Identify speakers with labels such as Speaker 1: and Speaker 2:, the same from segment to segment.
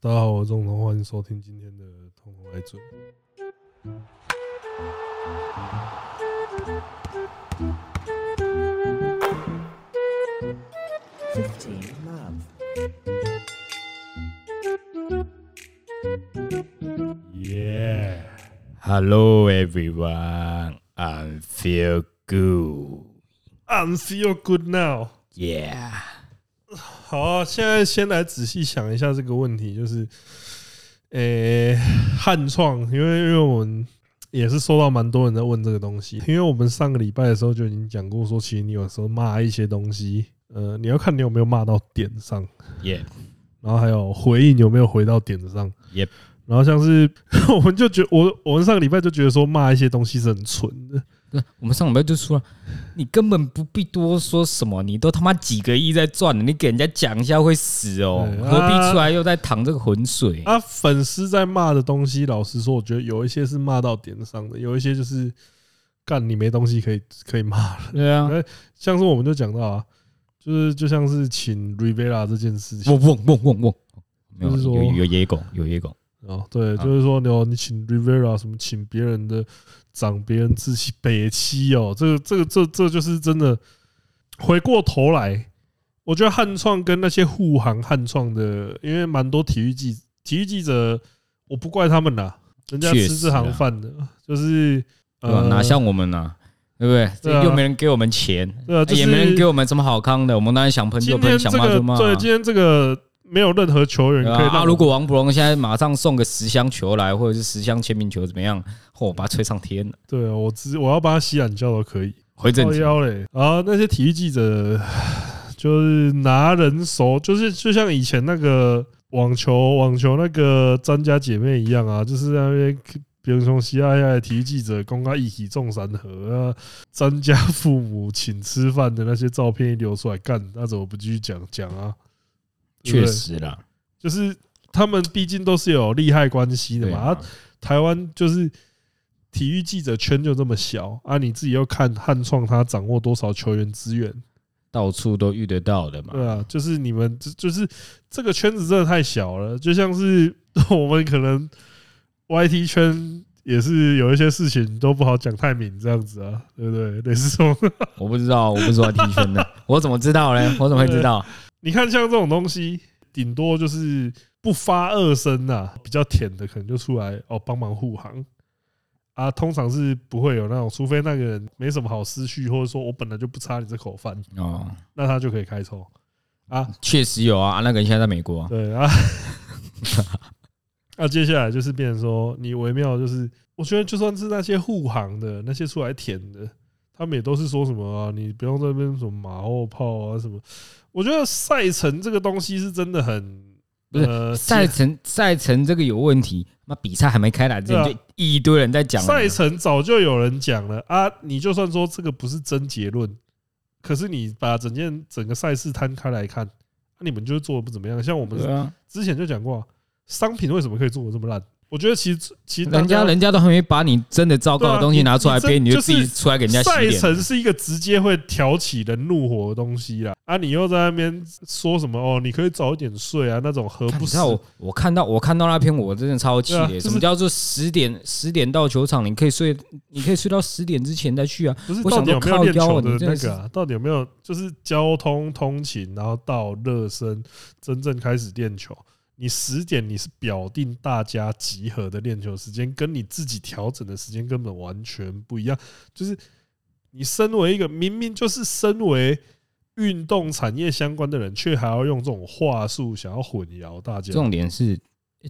Speaker 1: 大家好，我是钟彤，欢迎收听今天的《彤彤来嘴》。
Speaker 2: 15 love.
Speaker 1: 耶、
Speaker 3: Hello everyone, I feel good.
Speaker 1: i m feel good now。
Speaker 3: Yeah，
Speaker 1: 好啊、现在先来仔细想一下这个问题，就是，诶、汉创，因为因为我们也是收到蛮多人在问这个东西，因为我们上个礼拜的时候就已经讲过，说其实你有时候骂一些东西，呃，你要看你有没有骂到点上，
Speaker 3: 耶、
Speaker 1: 然后还有回应有没有回到点子上。
Speaker 3: Yep
Speaker 1: 然后像是 我们就觉我我们上个礼拜就觉得说骂一些东西是很蠢的，
Speaker 3: 不是，我们上礼拜就说了，你根本不必多说什么，你都他妈几个亿在赚了，你给人家讲一下会死哦，
Speaker 1: 对
Speaker 3: 何
Speaker 1: 啊
Speaker 3: 必出来又在淌这个浑水？
Speaker 1: 啊，粉丝在骂的东西，老实说，我觉得有一些是骂到点上的，有一些就是干你没东西可以可以骂了。
Speaker 3: 对啊，
Speaker 1: 像是我们就讲到啊，就是就像是请 Rivera 这件事情
Speaker 3: 嗡嗡嗡嗡嗡，没有
Speaker 1: 就是说
Speaker 3: 有有野狗，有野狗，
Speaker 1: 哦，对，
Speaker 3: 啊
Speaker 1: 就是说你哦，你请 Rivera 什么，请别人的长别人志气，北七哦，这个这个这这就是真的。回过头来，我觉得汉创跟那些护航汉创的，因为蛮多体育记体育记者，我不怪他们啦，人家
Speaker 3: 确
Speaker 1: 吃
Speaker 3: 实
Speaker 1: 这
Speaker 3: 啊
Speaker 1: 行饭的，就是
Speaker 3: 对吧？
Speaker 1: 呃，
Speaker 3: 哪像我们呢、对不对？
Speaker 1: 对啊
Speaker 3: 这又没人给我们钱，
Speaker 1: 对啊就是
Speaker 3: 哎也没人给我们什么好康的，我们当然想喷就
Speaker 1: 今
Speaker 3: 喷，
Speaker 1: 天
Speaker 3: 想
Speaker 1: 这
Speaker 3: 骂
Speaker 1: 个
Speaker 3: 就骂啊。
Speaker 1: 对今天这个没有任何球员
Speaker 3: 对
Speaker 1: 可以
Speaker 3: 啊，
Speaker 1: 让
Speaker 3: 啊
Speaker 1: 我
Speaker 3: 如果王博龙现在马上送个十箱球来，或者是十箱签名球怎么样？ 嚯、把他吹上天了，
Speaker 1: 对啊我只我要帮他洗懒觉都可以。
Speaker 3: 回正
Speaker 1: 靠
Speaker 3: 题。
Speaker 1: 腰嘞。然后那些体育记者 就是拿人手，就是就像以前那个网球网球那个詹家姐妹一样啊，就是在那边。比如从西亚亚的体育记者公开一起中山河啊，詹家父母请吃饭的那些照片一流出来，干那怎么不继续讲讲啊？对不对
Speaker 3: 确，实啦，
Speaker 1: 就是他们毕竟都是有利害关系的
Speaker 3: 对
Speaker 1: 嘛，
Speaker 3: 啊
Speaker 1: 啊，台湾就是体育记者圈就这么小啊，你自己要看汉创他掌握多少球员资源，
Speaker 3: 到处都遇得到的嘛。
Speaker 1: 对啊，就是你们就就是这个圈子真的太小了，就像是 我们可能 YT 圈。也是有一些事情都不好讲太明这样子啊，对不对？类似这种，
Speaker 3: 我不知道，我不是玩 T 圈 的，我怎么知道嘞？我怎么会知道？
Speaker 1: 你看像这种东西，顶多就是不发二声呐，比较舔的可能就出来哦帮忙护航啊，通常是不会有那种，除非那个人没什么好思绪，或者说我本来就不差你这口饭，
Speaker 3: 哦，
Speaker 1: 那他就可以开抽啊，
Speaker 3: 确实有啊，啊那个人现在在美国、啊，
Speaker 1: 对啊。 那、接下来就是变成说，你微妙就是，我觉得就算是那些护航的那些出来舔的，他们也都是说什么啊，你不用在那边什么马后炮啊什么。我觉得赛程这个东西是真的很
Speaker 3: 不是
Speaker 1: 呃
Speaker 3: 赛程赛程这个有问题，那比赛还没开打之前
Speaker 1: 对啊
Speaker 3: 就一堆人在讲了
Speaker 1: 赛程早就有人讲了啊，你就算说这个不是真结论，可是你把整件整个赛事摊开来看，那你们就做的不怎么样。像我
Speaker 3: 对
Speaker 1: 们
Speaker 3: 啊，
Speaker 1: 之前就讲过啊、商品为什么可以做的这么烂？我觉得其实其实大
Speaker 3: 人家人家都还没把你真的糟
Speaker 1: 对
Speaker 3: 糕
Speaker 1: 啊
Speaker 3: 的东
Speaker 1: 你
Speaker 3: 西拿出来
Speaker 1: 你真
Speaker 3: 编，你
Speaker 1: 就
Speaker 3: 就是自己出来给人家洗
Speaker 1: 赛
Speaker 3: 脸。
Speaker 1: 程是一个直接会挑起人怒火的东西啦。啊，你又在那边说什么哦？你可以早一点睡啊，那种何
Speaker 3: 看
Speaker 1: 不
Speaker 3: 你知
Speaker 1: 食
Speaker 3: 道我我看到我看到那篇我真的超气的、
Speaker 1: 对啊就是
Speaker 3: 什么叫做十点十点到球场，你可以睡，你可以睡到十点之前再去啊。
Speaker 1: 不是
Speaker 3: 我
Speaker 1: 到
Speaker 3: 想
Speaker 1: 底有没有
Speaker 3: 说靠
Speaker 1: 练
Speaker 3: 腰
Speaker 1: 球
Speaker 3: 啊
Speaker 1: 的
Speaker 3: 你真
Speaker 1: 那
Speaker 3: 的是
Speaker 1: 个、啊？到底有没有就是交通通勤，然后到热身，真正开始练球？你十点你是表定大家集合的练球时间，跟你自己调整的时间根本完全不一样。就是你身为一个明明就是身为运动产业相关的人，却还要用这种话术想要混淆大家。
Speaker 3: 重点是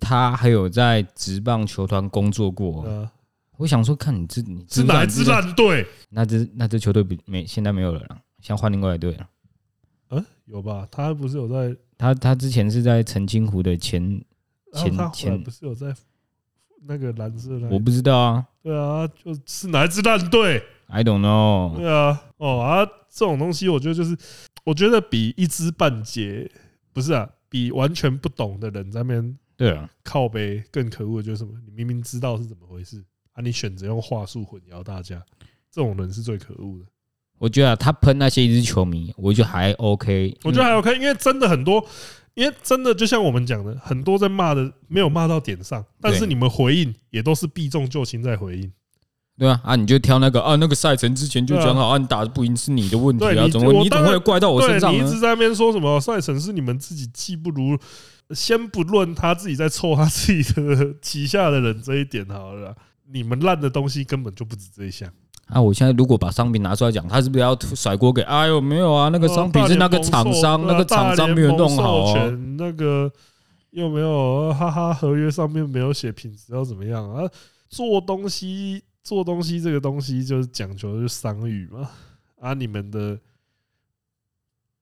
Speaker 3: 他还有在职棒球团工作过。
Speaker 1: 呃，
Speaker 3: 我想说，看你这你知
Speaker 1: 是
Speaker 3: 不知道
Speaker 1: 哪一
Speaker 3: 你
Speaker 1: 支
Speaker 3: 这个？
Speaker 1: 烂队？
Speaker 3: 那支那支球队比没现在没有了啦，想换另外一队了。
Speaker 1: 嗯，有吧？他不是有在
Speaker 3: 他他之前是在澄清湖的前，
Speaker 1: 然后
Speaker 3: 前
Speaker 1: 哦他后来
Speaker 3: 前
Speaker 1: 不是有在那个蓝色那
Speaker 3: 我
Speaker 1: 里？
Speaker 3: 不知道啊
Speaker 1: 对啊，就是哪一支烂队？
Speaker 3: ，I don't know。
Speaker 1: 对啊，哦啊，这种东西我觉得就是，我觉得比一知半解不是啊，比完全不懂的人在那边
Speaker 3: 对啊了，
Speaker 1: 靠背更可恶的就是什么？你明明知道是怎么回事啊，你选择用话术混淆大家，这种人是最可恶的。
Speaker 3: 我觉得啊他喷那些一支球迷，我觉得还 OK。
Speaker 1: 我觉得还有看，因为真的很多因为真的就像我们讲的，很多在骂的没有骂到点上，但是
Speaker 3: 对
Speaker 1: 你们回应也都是避重就轻在回应。
Speaker 3: 对啊，啊，你就挑那个啊，那个赛程之前就讲好，啊，你打得不赢是你的问题
Speaker 1: 对
Speaker 3: 啊，
Speaker 1: 你
Speaker 3: 怎么
Speaker 1: 我
Speaker 3: 你怎么
Speaker 1: 当然
Speaker 3: 会怪到我身
Speaker 1: 对
Speaker 3: 上
Speaker 1: 你一
Speaker 3: 呢
Speaker 1: 直？在那边说什么赛程是你们自己技不如，先不论他自己在凑他自己的 旗下的人这一点好了啦，你们烂的东西根本就不止这一项。
Speaker 3: 啊，我现在如果把商品拿出来讲，他是不是要甩锅给？哎呦，没有啊，
Speaker 1: 哦
Speaker 3: 那个商品是那个厂商，
Speaker 1: 呃
Speaker 3: 那个厂商没有弄
Speaker 1: 大
Speaker 3: 好、
Speaker 1: 联盟授
Speaker 3: 哦。
Speaker 1: 权那个又没有哈哈，合约上面没有写品质要怎么样啊？做东西做东西这个东西就是讲求的就是商誉嘛，啊，你们的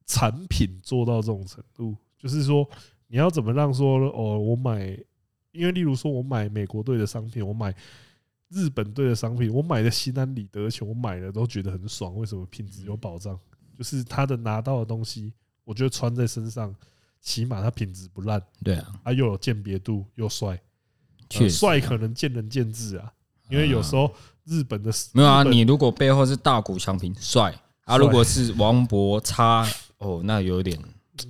Speaker 1: 产品做到这种程度，就是说你要怎么让说哦，我买，因为例如说我买美国队的商品，我买。日本队的商品，我买的西南里德球，我买了都觉得很爽。为什么品质有保障？就是他的拿到的东西，我觉得穿在身上，起码它品质不烂，
Speaker 3: 对啊，
Speaker 1: 啊，又有鉴别度，又帅。
Speaker 3: 确
Speaker 1: 呃
Speaker 3: 实啊
Speaker 1: 帅可能见仁见智啊，因为有时候日本的
Speaker 3: 没有啊。
Speaker 1: 日本
Speaker 3: 你如果背后是大谷翔平帅
Speaker 1: 帅
Speaker 3: 啊，如果是王博差哦，那有点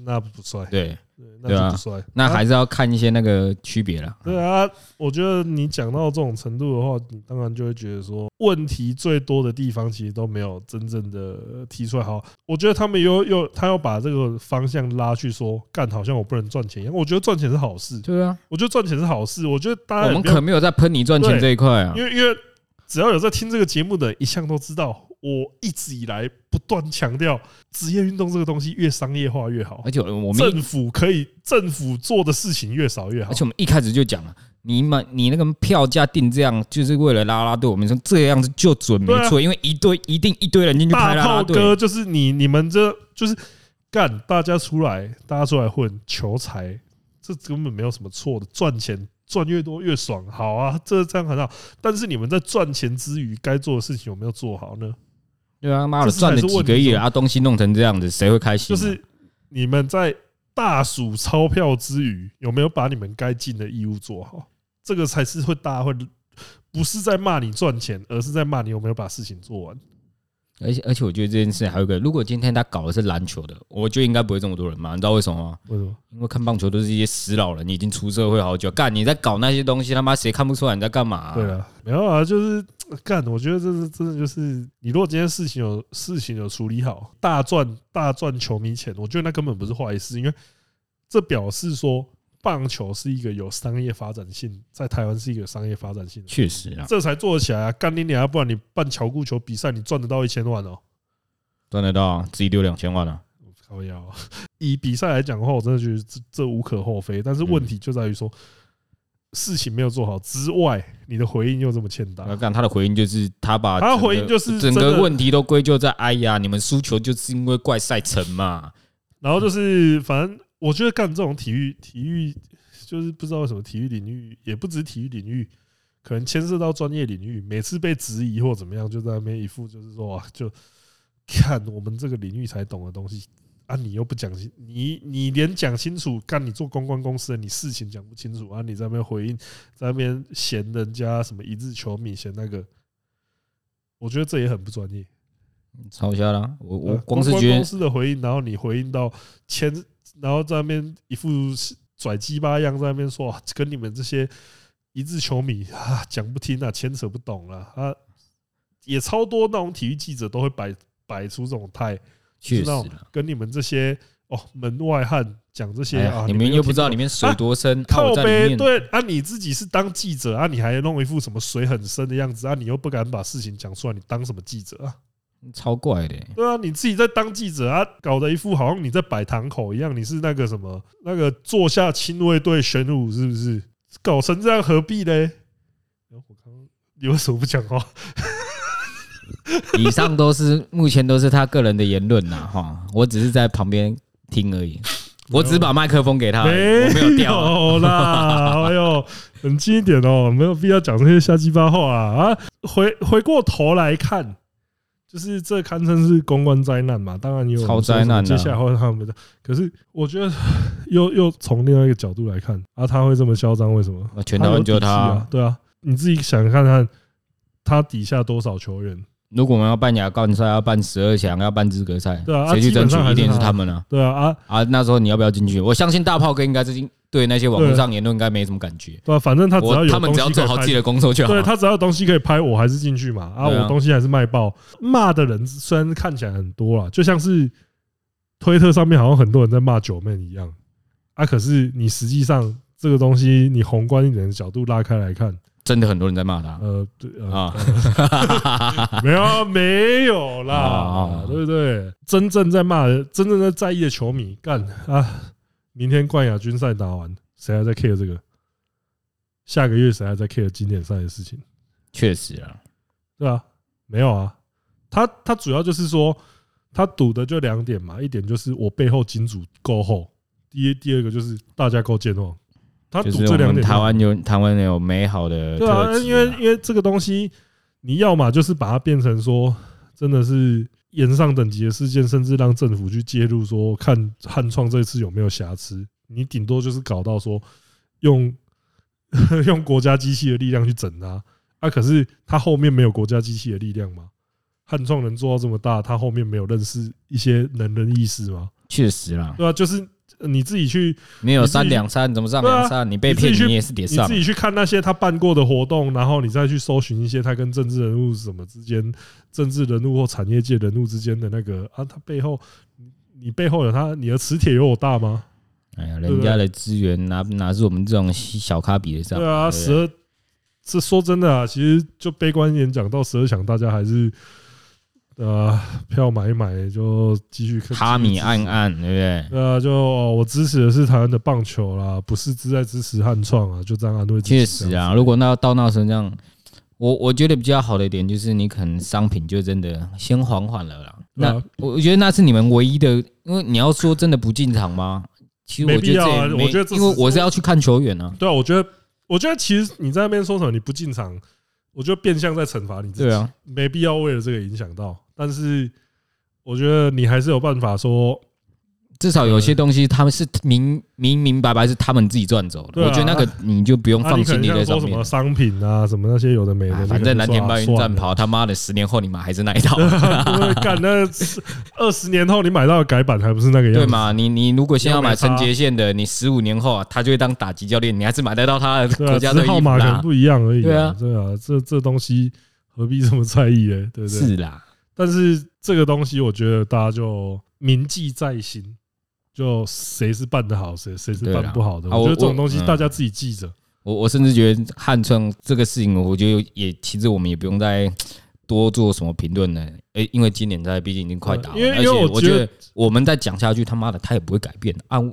Speaker 1: 那不帅，
Speaker 3: 对，
Speaker 1: 对
Speaker 3: 对啊
Speaker 1: 那就不帅，
Speaker 3: 那还
Speaker 1: 啊
Speaker 3: 是要看一些那个区别啦。
Speaker 1: 对啊。我觉得你讲到这种程度的话，你当然就会觉得说，问题最多的地方其实都没有真正的提出来。好，我觉得他们又又他要把这个方向拉去说，干好像我不能赚钱一样。我觉得赚钱是好事，
Speaker 3: 对啊，
Speaker 1: 我觉得赚钱是好事。我觉得大家也
Speaker 3: 我们
Speaker 1: 不要
Speaker 3: 可没有在喷你赚钱
Speaker 1: 对
Speaker 3: 这一块啊
Speaker 1: 因。为因为只要有在听这个节目的，一向都知道，我一直以来不断强调，职业运动这个东西越商业化越好
Speaker 3: 而，且我们
Speaker 1: 政府可以政府做的事情越少越好
Speaker 3: 而。且我们一开始就讲了，你买你那个票价定这样，就是为了拉拉队。我们说这样子就准没
Speaker 1: 对啊
Speaker 3: 错，因为一堆一定一堆人进去
Speaker 1: 大
Speaker 3: 拍拉拉
Speaker 1: 炮
Speaker 3: 队
Speaker 1: 哥。就是你你们这就是干，大家出来，大家出来混求财，这根本没有什么错的，赚钱。赚越多越爽，好啊，这这样很好。但是你们在赚钱之余，该做的事情有没有做好呢？
Speaker 3: 对啊，妈的，
Speaker 1: 这才
Speaker 3: 赚
Speaker 1: 是
Speaker 3: 了几个亿
Speaker 1: 问题
Speaker 3: 了，啊，东西弄成这样子，谁会开心
Speaker 1: 就
Speaker 3: 啊？
Speaker 1: 是你们在大数钞票之余，有没有把你们该尽的义务做好？这个才是会大家会不是在骂你赚钱，而是在骂你有没有把事情做完。
Speaker 3: 而且而且，我觉得这件事还有一个，如果今天他搞的是篮球的，我觉得应该不会这么多人骂，你知道为什么吗？
Speaker 1: 为什么？
Speaker 3: 因为看棒球都是一些死老人，已经出社会好久，干你在搞那些东西，他妈谁看不出来你在干嘛、啊？
Speaker 1: 对了，没有啊，就是干。我觉得这是真的，就是你如果今天事情有事情有处理好，大赚大赚球迷钱，我觉得那根本不是坏事，因为这表示说棒球是一个有商业发展性，在台湾是一个有商业发展性的
Speaker 3: 确实啊，
Speaker 1: 这才做得起来啊！干你娘！不然你办巧固球比赛，你赚得到一千万哦。
Speaker 3: 赚得到啊，自己丢两千万啊。
Speaker 1: 靠腰啊， 以比赛来讲的话，我真的觉得这这无可厚非。但是问题就在于说，事情没有做好之外，你的回应又这么欠打
Speaker 3: 那。看他的回应就是他把
Speaker 1: 他的
Speaker 3: 整个
Speaker 1: 回应就是真
Speaker 3: 整个
Speaker 1: 的
Speaker 3: 问题都归咎在哎呀，你们输球就是因为怪赛程嘛。
Speaker 1: 然后就是，反正我觉得干这种体育，体育就是不知道为什么体育领域，也不止体育领域，可能牵涉到专业领域，每次被质疑或怎么样，就在那边一副就是说啊，就看我们这个领域才懂的东西啊，你又不讲清，你你连讲清楚，干你做公关公司的，你事情讲不清楚啊，你在那边回应，在那边嫌人家什么一日球迷嫌那个，我觉得这也很不专业。
Speaker 3: 嘲笑啦，我我
Speaker 1: 呃
Speaker 3: 光是
Speaker 1: 公关
Speaker 3: 觉
Speaker 1: 公
Speaker 3: 得
Speaker 1: 司的回应，然后你回应到签，然后在那边一副拽鸡巴样，在那边说、啊、跟你们这些一致球迷啊讲不听啊，牵扯不懂了啊啊，也超多那种体育记者都会摆摆出这种态，
Speaker 3: 确
Speaker 1: 就是
Speaker 3: 实
Speaker 1: 那种
Speaker 3: 啦，
Speaker 1: 跟你们这些哦门外汉讲这些
Speaker 3: 哎呀
Speaker 1: 啊，
Speaker 3: 你们又不知道里
Speaker 1: 面。
Speaker 3: 面水多深，啊
Speaker 1: 靠
Speaker 3: 我在里
Speaker 1: 呗，
Speaker 3: 面。
Speaker 1: 对啊，你自己是当记者啊，你还弄一副什么水很深的样子啊，你又不敢把事情讲出来，你当什么记者啊？
Speaker 3: 超怪的欸、
Speaker 1: 对啊，你自己在当记者啊，搞得一副好像你在摆堂口一样，你是那个什么那个坐下亲卫队玄武是不是？搞成这样何必嘞？然后我刚刚你为什么不讲话？
Speaker 3: 以上都是目前都是他个人的言论呐，哈，我只是在旁边听而已，我只把麦克风给他而已，我没有掉啊。
Speaker 1: 有哎啦，哎呦，冷静一点哦，没有必要讲这些瞎鸡巴话啊！啊，回回过头来看，就是这堪称是公关灾难嘛，当然也有人
Speaker 3: 超灾难
Speaker 1: 说
Speaker 3: 啊
Speaker 1: 什么接下来会他们的，可是我觉得 又又从另外一个角度来看啊，他会这么嚣张，为什么？
Speaker 3: 那全台湾就
Speaker 1: 他有底气
Speaker 3: 他
Speaker 1: 啊，，对啊，你自己想看看他底下多少球员，
Speaker 3: 如果我们要办亚冠赛，要办十二强，要办资格赛
Speaker 1: 对啊，
Speaker 3: 谁去争取
Speaker 1: 基本上还是
Speaker 3: 一定是
Speaker 1: 他
Speaker 3: 他们啊！
Speaker 1: 对啊啊，
Speaker 3: 啊，那时候你要不要进去？我相信大炮哥应该最近对那些网络上言论应该没什么感觉。
Speaker 1: 对啊，反正他只要
Speaker 3: 我
Speaker 1: 有
Speaker 3: 他们只要
Speaker 1: 东西可
Speaker 3: 做
Speaker 1: 以
Speaker 3: 好
Speaker 1: 拍
Speaker 3: 自己的工作就好
Speaker 1: 对
Speaker 3: 了。
Speaker 1: 他只要有东西可以拍，我还是进去嘛。啊，
Speaker 3: 对啊
Speaker 1: 我东西还是卖爆。骂的人虽然看起来很多啊啦，就像是推特上面好像很多人在骂九妹一样啊，可是你实际上这个东西，你宏观一点的角度拉开来看，
Speaker 3: 真的很多人在骂他
Speaker 1: 呃，对呃，
Speaker 3: 啊，
Speaker 1: 没有啊没有
Speaker 3: 啊
Speaker 1: 啦，对不对？真正在骂的、真正在在意的球迷，干啊！明天冠亚军赛打完，谁还在 care 这个？下个月谁还在 care 经典赛的事情？
Speaker 3: 确实啊，
Speaker 1: 对啊，没有啊，他他主要就是说，他赌的就两点嘛，一点就是我背后金主够厚，第一第二个就是大家够健忘，他
Speaker 3: 就
Speaker 1: 赌
Speaker 3: 是
Speaker 1: 这
Speaker 3: 我
Speaker 1: 两
Speaker 3: 们
Speaker 1: 点嘛。啊
Speaker 3: 台湾有台湾有美好的
Speaker 1: 对啊，
Speaker 3: 特质，
Speaker 1: 因为因为这个东西，你要嘛就是把它变成说，真的是延上等级的事件，甚至让政府去介入，说看汉创这次有没有瑕疵。你顶多就是搞到说用 用国家机器的力量去整它，啊，可是它后面没有国家机器的力量吗？汉创能做到这么大，它后面没有认识一些能人异士吗？
Speaker 3: 确实啦，
Speaker 1: 对啊，就是呃你自己去
Speaker 3: 没有三两三怎么上两三？你被骗
Speaker 1: 你自己去
Speaker 3: 你也是得
Speaker 1: 你
Speaker 3: 上
Speaker 1: 自，己去看那些他办过的活动，然后你再去搜寻一些他跟政治人物什么之间、政治人物或产业界人物之间的那个啊，他背后你背后有他，你的磁铁有我大吗？
Speaker 3: 哎呀，
Speaker 1: 对不
Speaker 3: 人
Speaker 1: 对
Speaker 3: 家的资源哪哪是我们这种小咖比得上？
Speaker 1: 对啊，
Speaker 3: 不
Speaker 1: 十二这说真的啊，其实就悲观一点讲，到十二强大家还是呃票买一买就继续看
Speaker 3: 哈米。
Speaker 1: 继续支
Speaker 3: 暗
Speaker 1: 持
Speaker 3: 暗，对不对？
Speaker 1: 对啊，就、哦我支持的是台湾的棒球啦，不是只在支持汉创啊，就这样安慰自己。
Speaker 3: 确实啊，，如果那到那时候这样，我我觉得比较好的一点就是你可能商品就真的先缓缓了啦。
Speaker 1: 对啊
Speaker 3: 那我我觉得那是你们唯一的，因为你要说真的不进场吗？其实
Speaker 1: 没
Speaker 3: 我觉
Speaker 1: 必
Speaker 3: 得
Speaker 1: 要啊
Speaker 3: 这也没
Speaker 1: 我觉得这
Speaker 3: 因为
Speaker 1: 是
Speaker 3: 我是要去看球员啊。
Speaker 1: 对啊，我觉得，我觉得其实你在那边说什么你不进场，我觉得变相在惩罚你自己，
Speaker 3: 对啊，
Speaker 1: 没必要为了这个影响到。但是我觉得你还是有办法说，
Speaker 3: 至少有些东西他们是明明明白白是他们自己赚走的，
Speaker 1: 对啊
Speaker 3: 我觉得那个你就不用
Speaker 1: 啊，
Speaker 3: 放
Speaker 1: 你可
Speaker 3: 心
Speaker 1: 能
Speaker 3: 力在
Speaker 1: 像
Speaker 3: 上
Speaker 1: 说什
Speaker 3: 面
Speaker 1: 么。商品啊，什么那些有的没的，
Speaker 3: 啊
Speaker 1: 你可
Speaker 3: 反
Speaker 1: 能
Speaker 3: 正蓝
Speaker 1: 说
Speaker 3: 天
Speaker 1: 啊
Speaker 3: 白云
Speaker 1: 算
Speaker 3: 战
Speaker 1: 了
Speaker 3: 袍，他妈的十年后你们还是那一套，
Speaker 1: 对干 那二十年后你买到的改版还不是那个样
Speaker 3: 对
Speaker 1: 子？
Speaker 3: 嘛？你你如果现在要
Speaker 1: 又
Speaker 3: 买
Speaker 1: 没差
Speaker 3: 陈杰宪的，你十五年后啊，他就会当打击教练，你还是买得到他的
Speaker 1: 对
Speaker 3: 国
Speaker 1: 啊，
Speaker 3: 家
Speaker 1: 只
Speaker 3: 队
Speaker 1: 是号
Speaker 3: 衣服
Speaker 1: 码可能
Speaker 3: 啦。
Speaker 1: 不一样而已、
Speaker 3: 对啊
Speaker 1: 对啊，这这东西何必这么在意呢？对不对？
Speaker 3: 是啦，
Speaker 1: 但是这个东西，我觉得大家就铭记在心，就谁是办得好，谁谁是
Speaker 3: 对
Speaker 1: 办
Speaker 3: 啦
Speaker 1: 不好的。
Speaker 3: 啊
Speaker 1: 我觉
Speaker 3: 我
Speaker 1: 得这种
Speaker 3: 我
Speaker 1: 东西
Speaker 3: 嗯
Speaker 1: 大家自己记着。
Speaker 3: 我我甚至觉得汉创这个事情，我觉得也其实我们也不用再多做什么评论了。诶，因为今年赛毕竟已经快打完
Speaker 1: 因为
Speaker 3: 了，而
Speaker 1: 啊因为
Speaker 3: 且
Speaker 1: 我
Speaker 3: 我
Speaker 1: 觉
Speaker 3: 觉
Speaker 1: 得
Speaker 3: 得我们再讲下去，他妈的他也不会改变的啊。我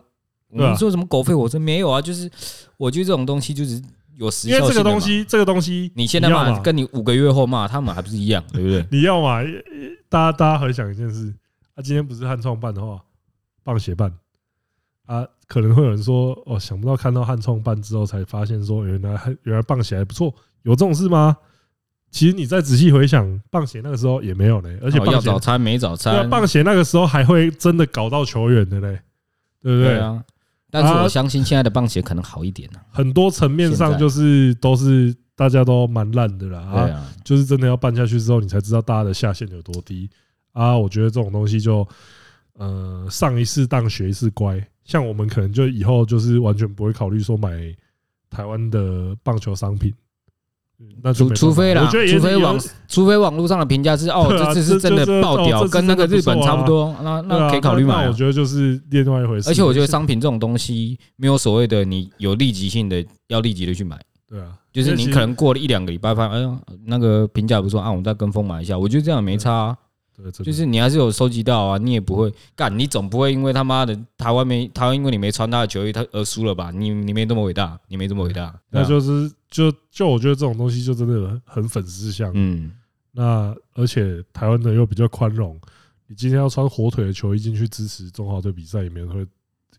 Speaker 1: 对啊
Speaker 3: 们说什么狗吠火车没有啊？就是我觉得这种东西就是有时
Speaker 1: 因为
Speaker 3: 效
Speaker 1: 这个
Speaker 3: 性的
Speaker 1: 东
Speaker 3: 嘛。
Speaker 1: 西，这个东西，
Speaker 3: 你现在
Speaker 1: 要
Speaker 3: 骂，
Speaker 1: 嘛，
Speaker 3: 跟你五个月后骂他们还不是一样，对不对？
Speaker 1: 你要嘛，呃大家大家回想一件事，啊，今天不是汉创办的话，棒协办。啊，可能会有人说，哦，想不到看到汉创办之后，才发现说，原来还原来棒协还不错，有这种事吗？其实你再仔细回想，棒协那个时候也没有呢， 而且
Speaker 3: 哦
Speaker 1: 棒
Speaker 3: 要
Speaker 1: 协
Speaker 3: 早餐没早
Speaker 1: 对啊，
Speaker 3: 餐，
Speaker 1: 棒协那个时候还会真的搞到球员的嘞，对不对？
Speaker 3: 对啊。但是
Speaker 1: 啊
Speaker 3: 我相信现在的棒协可能好一点啊。
Speaker 1: 很多层面
Speaker 3: 现
Speaker 1: 上
Speaker 3: 在
Speaker 1: 就是都是大家都蛮烂的啦，
Speaker 3: 对
Speaker 1: 啊，
Speaker 3: 啊，
Speaker 1: 就是真的要办下去之后，你才知道大家的下限有多低啊。我觉得这种东西就，呃，上一次当学一次乖，像我们可能就以后就是完全不会考虑说买台湾的棒球商品。那就
Speaker 3: 嗯
Speaker 1: 没办法
Speaker 3: 除除非啦
Speaker 1: 我觉得也
Speaker 3: 除非
Speaker 1: 也
Speaker 3: 网除非网络上的评价是哦，
Speaker 1: 对啊
Speaker 3: 这次是真
Speaker 1: 这这
Speaker 3: 的爆
Speaker 1: 哦
Speaker 3: 屌，
Speaker 1: 这次
Speaker 3: 跟那个
Speaker 1: 真的
Speaker 3: 日
Speaker 1: 不错啊
Speaker 3: 本差不多，那
Speaker 1: 对啊
Speaker 3: 那可以考虑买
Speaker 1: 那我
Speaker 3: 啊。
Speaker 1: 觉得就是另外一回事。
Speaker 3: 而且我觉得商品这种东西没有所谓的，你有立即性的要立即的去买，
Speaker 1: 对啊，
Speaker 3: 就是
Speaker 1: 因为其实
Speaker 3: 你可能过了一两个礼拜，发现哎呀那个评价不错啊，我们再跟风买一下，我觉得这样也没差啊。
Speaker 1: 对真的
Speaker 3: 就是你还是有收集到啊，你也不会干，你总不会因为他妈的台湾没台湾因为你没穿他的球衣，他而输了吧？你你没这么伟大，你没这么伟大，
Speaker 1: 那
Speaker 3: 对啊
Speaker 1: 就是就就我觉得这种东西就真的很很粉丝向。
Speaker 3: 嗯，
Speaker 1: 那而且台湾的又比较宽容，你今天要穿火腿的球衣进去支持中华队比赛，也没人会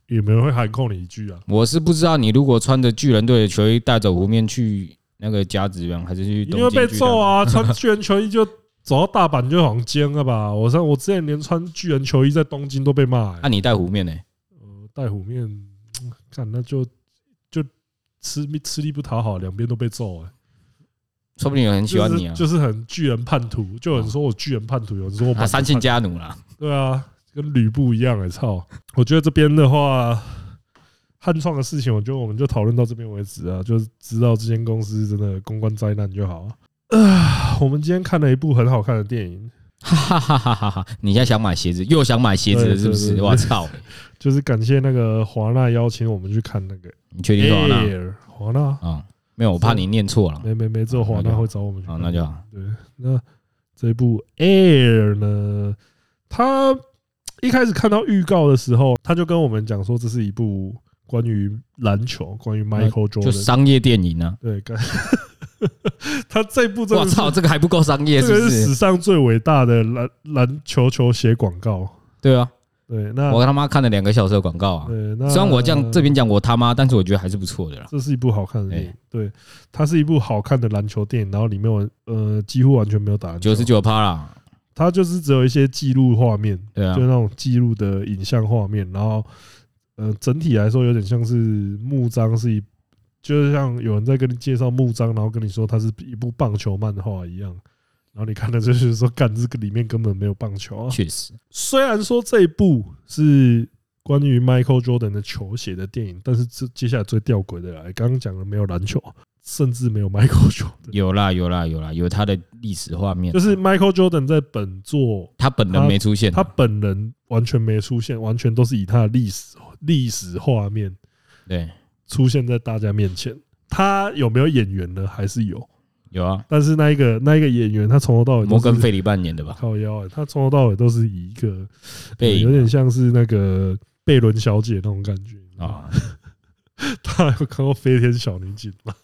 Speaker 1: 也没人会喊扣你一句啊。
Speaker 3: 我是不知道你如果穿着巨人队的球衣，带着湖面去那个甲子园，还是去
Speaker 1: 一
Speaker 3: 东
Speaker 1: 定会
Speaker 3: 京
Speaker 1: 被
Speaker 3: 巨
Speaker 1: 揍
Speaker 3: 蛋？
Speaker 1: 啊！穿 巨人球衣就走到大阪就好像奸了吧？我上我之前连穿巨人球衣在东京都被骂、
Speaker 3: 啊，
Speaker 1: 欸，
Speaker 3: 你带湖面呢、
Speaker 1: 呃，带虎面，嗯看那就就吃力吃力不讨好，两边都被揍哎、
Speaker 3: 说不定有人喜欢你
Speaker 1: 欸
Speaker 3: 啊哦
Speaker 1: 就。是就是很巨人叛徒，就有人说我巨人叛徒，有人说我蛮
Speaker 3: 啊，三姓家 奴啦，
Speaker 1: 对啊，跟吕布一样哎、操！我觉得这边的话，汉创的事情，我觉得我们就讨论到这边为止啊，就是知道这间公司真的公关灾难就好啊。啊我们今天看了一部很好看的电影，
Speaker 3: 哈哈哈哈哈哈！你现在想买鞋子，又想买鞋子了，是
Speaker 1: 对
Speaker 3: 不
Speaker 1: 对
Speaker 3: 是？
Speaker 1: 对
Speaker 3: 我操！
Speaker 1: 就是感谢那个华纳邀请我们去看那个
Speaker 3: 你确定说好那？
Speaker 1: Air 华纳，
Speaker 3: 啊，没有，我怕你念错了。
Speaker 1: 没没没，只有华纳会找我们去
Speaker 3: 啊
Speaker 1: 看，
Speaker 3: 那就好。
Speaker 1: 对，那这一部 Air 呢，他一开始看到预告的时候，他就跟我们讲说，这是一部关于篮球、关于 Michael
Speaker 3: 呃就
Speaker 1: Jordan
Speaker 3: 商业电影呢、
Speaker 1: 对，干 他这部真
Speaker 3: 我
Speaker 1: 的是
Speaker 3: 操，这个还不够商业
Speaker 1: 这
Speaker 3: 是
Speaker 1: 个是
Speaker 3: 不
Speaker 1: 史
Speaker 3: 是？
Speaker 1: 上最伟大的篮篮球球鞋广告。
Speaker 3: 对啊，
Speaker 1: 对，那
Speaker 3: 我他妈看了两个小时的广告啊！
Speaker 1: 对，那
Speaker 3: 虽然我这样这边讲我他妈，但是我觉得还是不错的啦。
Speaker 1: 这是一部好看的电影
Speaker 3: 哎，
Speaker 1: 对，它是一部好看的篮球电影，然后里面我呃几乎完全没有打篮球，
Speaker 3: 九十，九趴啦，
Speaker 1: 它就是只有一些记录画面，
Speaker 3: 对啊
Speaker 1: 就，那种记录的影像画面，然后呃，整体来说有点像是木章是一，就是像有人在跟你介绍木章，然后跟你说它是一部棒球漫画一样，然后你看的就是说，干这个里面根本没有棒 球啊。
Speaker 3: 确实，
Speaker 1: 虽然说这一部是关于 Michael Jordan 的球鞋的电影，但是这接下来最吊诡的来，刚刚讲的没有篮球，甚至没有 Michael Jordan，
Speaker 3: 有啦有啦有啦，有他的历史画面
Speaker 1: 就，是 Michael Jordan 在本作
Speaker 3: 他本人没出现，啊
Speaker 1: 他本人完全没出现，完全都是以他的历史历史画面
Speaker 3: 对
Speaker 1: 出现在大家面前。他有没有演员呢？还是有，
Speaker 3: 有啊，
Speaker 1: 但是那一个那一个演员，他从头到尾
Speaker 3: 摩
Speaker 1: 都
Speaker 3: 根
Speaker 1: 是
Speaker 3: 费里扮演的吧？
Speaker 1: 靠腰、欸，他从头到尾都是以一个、呃
Speaker 3: 背
Speaker 1: 有
Speaker 3: 影啊
Speaker 1: 点像是那个贝伦小姐那种感 觉啊。
Speaker 3: 啊，
Speaker 1: 他有看过《飞天小女警》吗？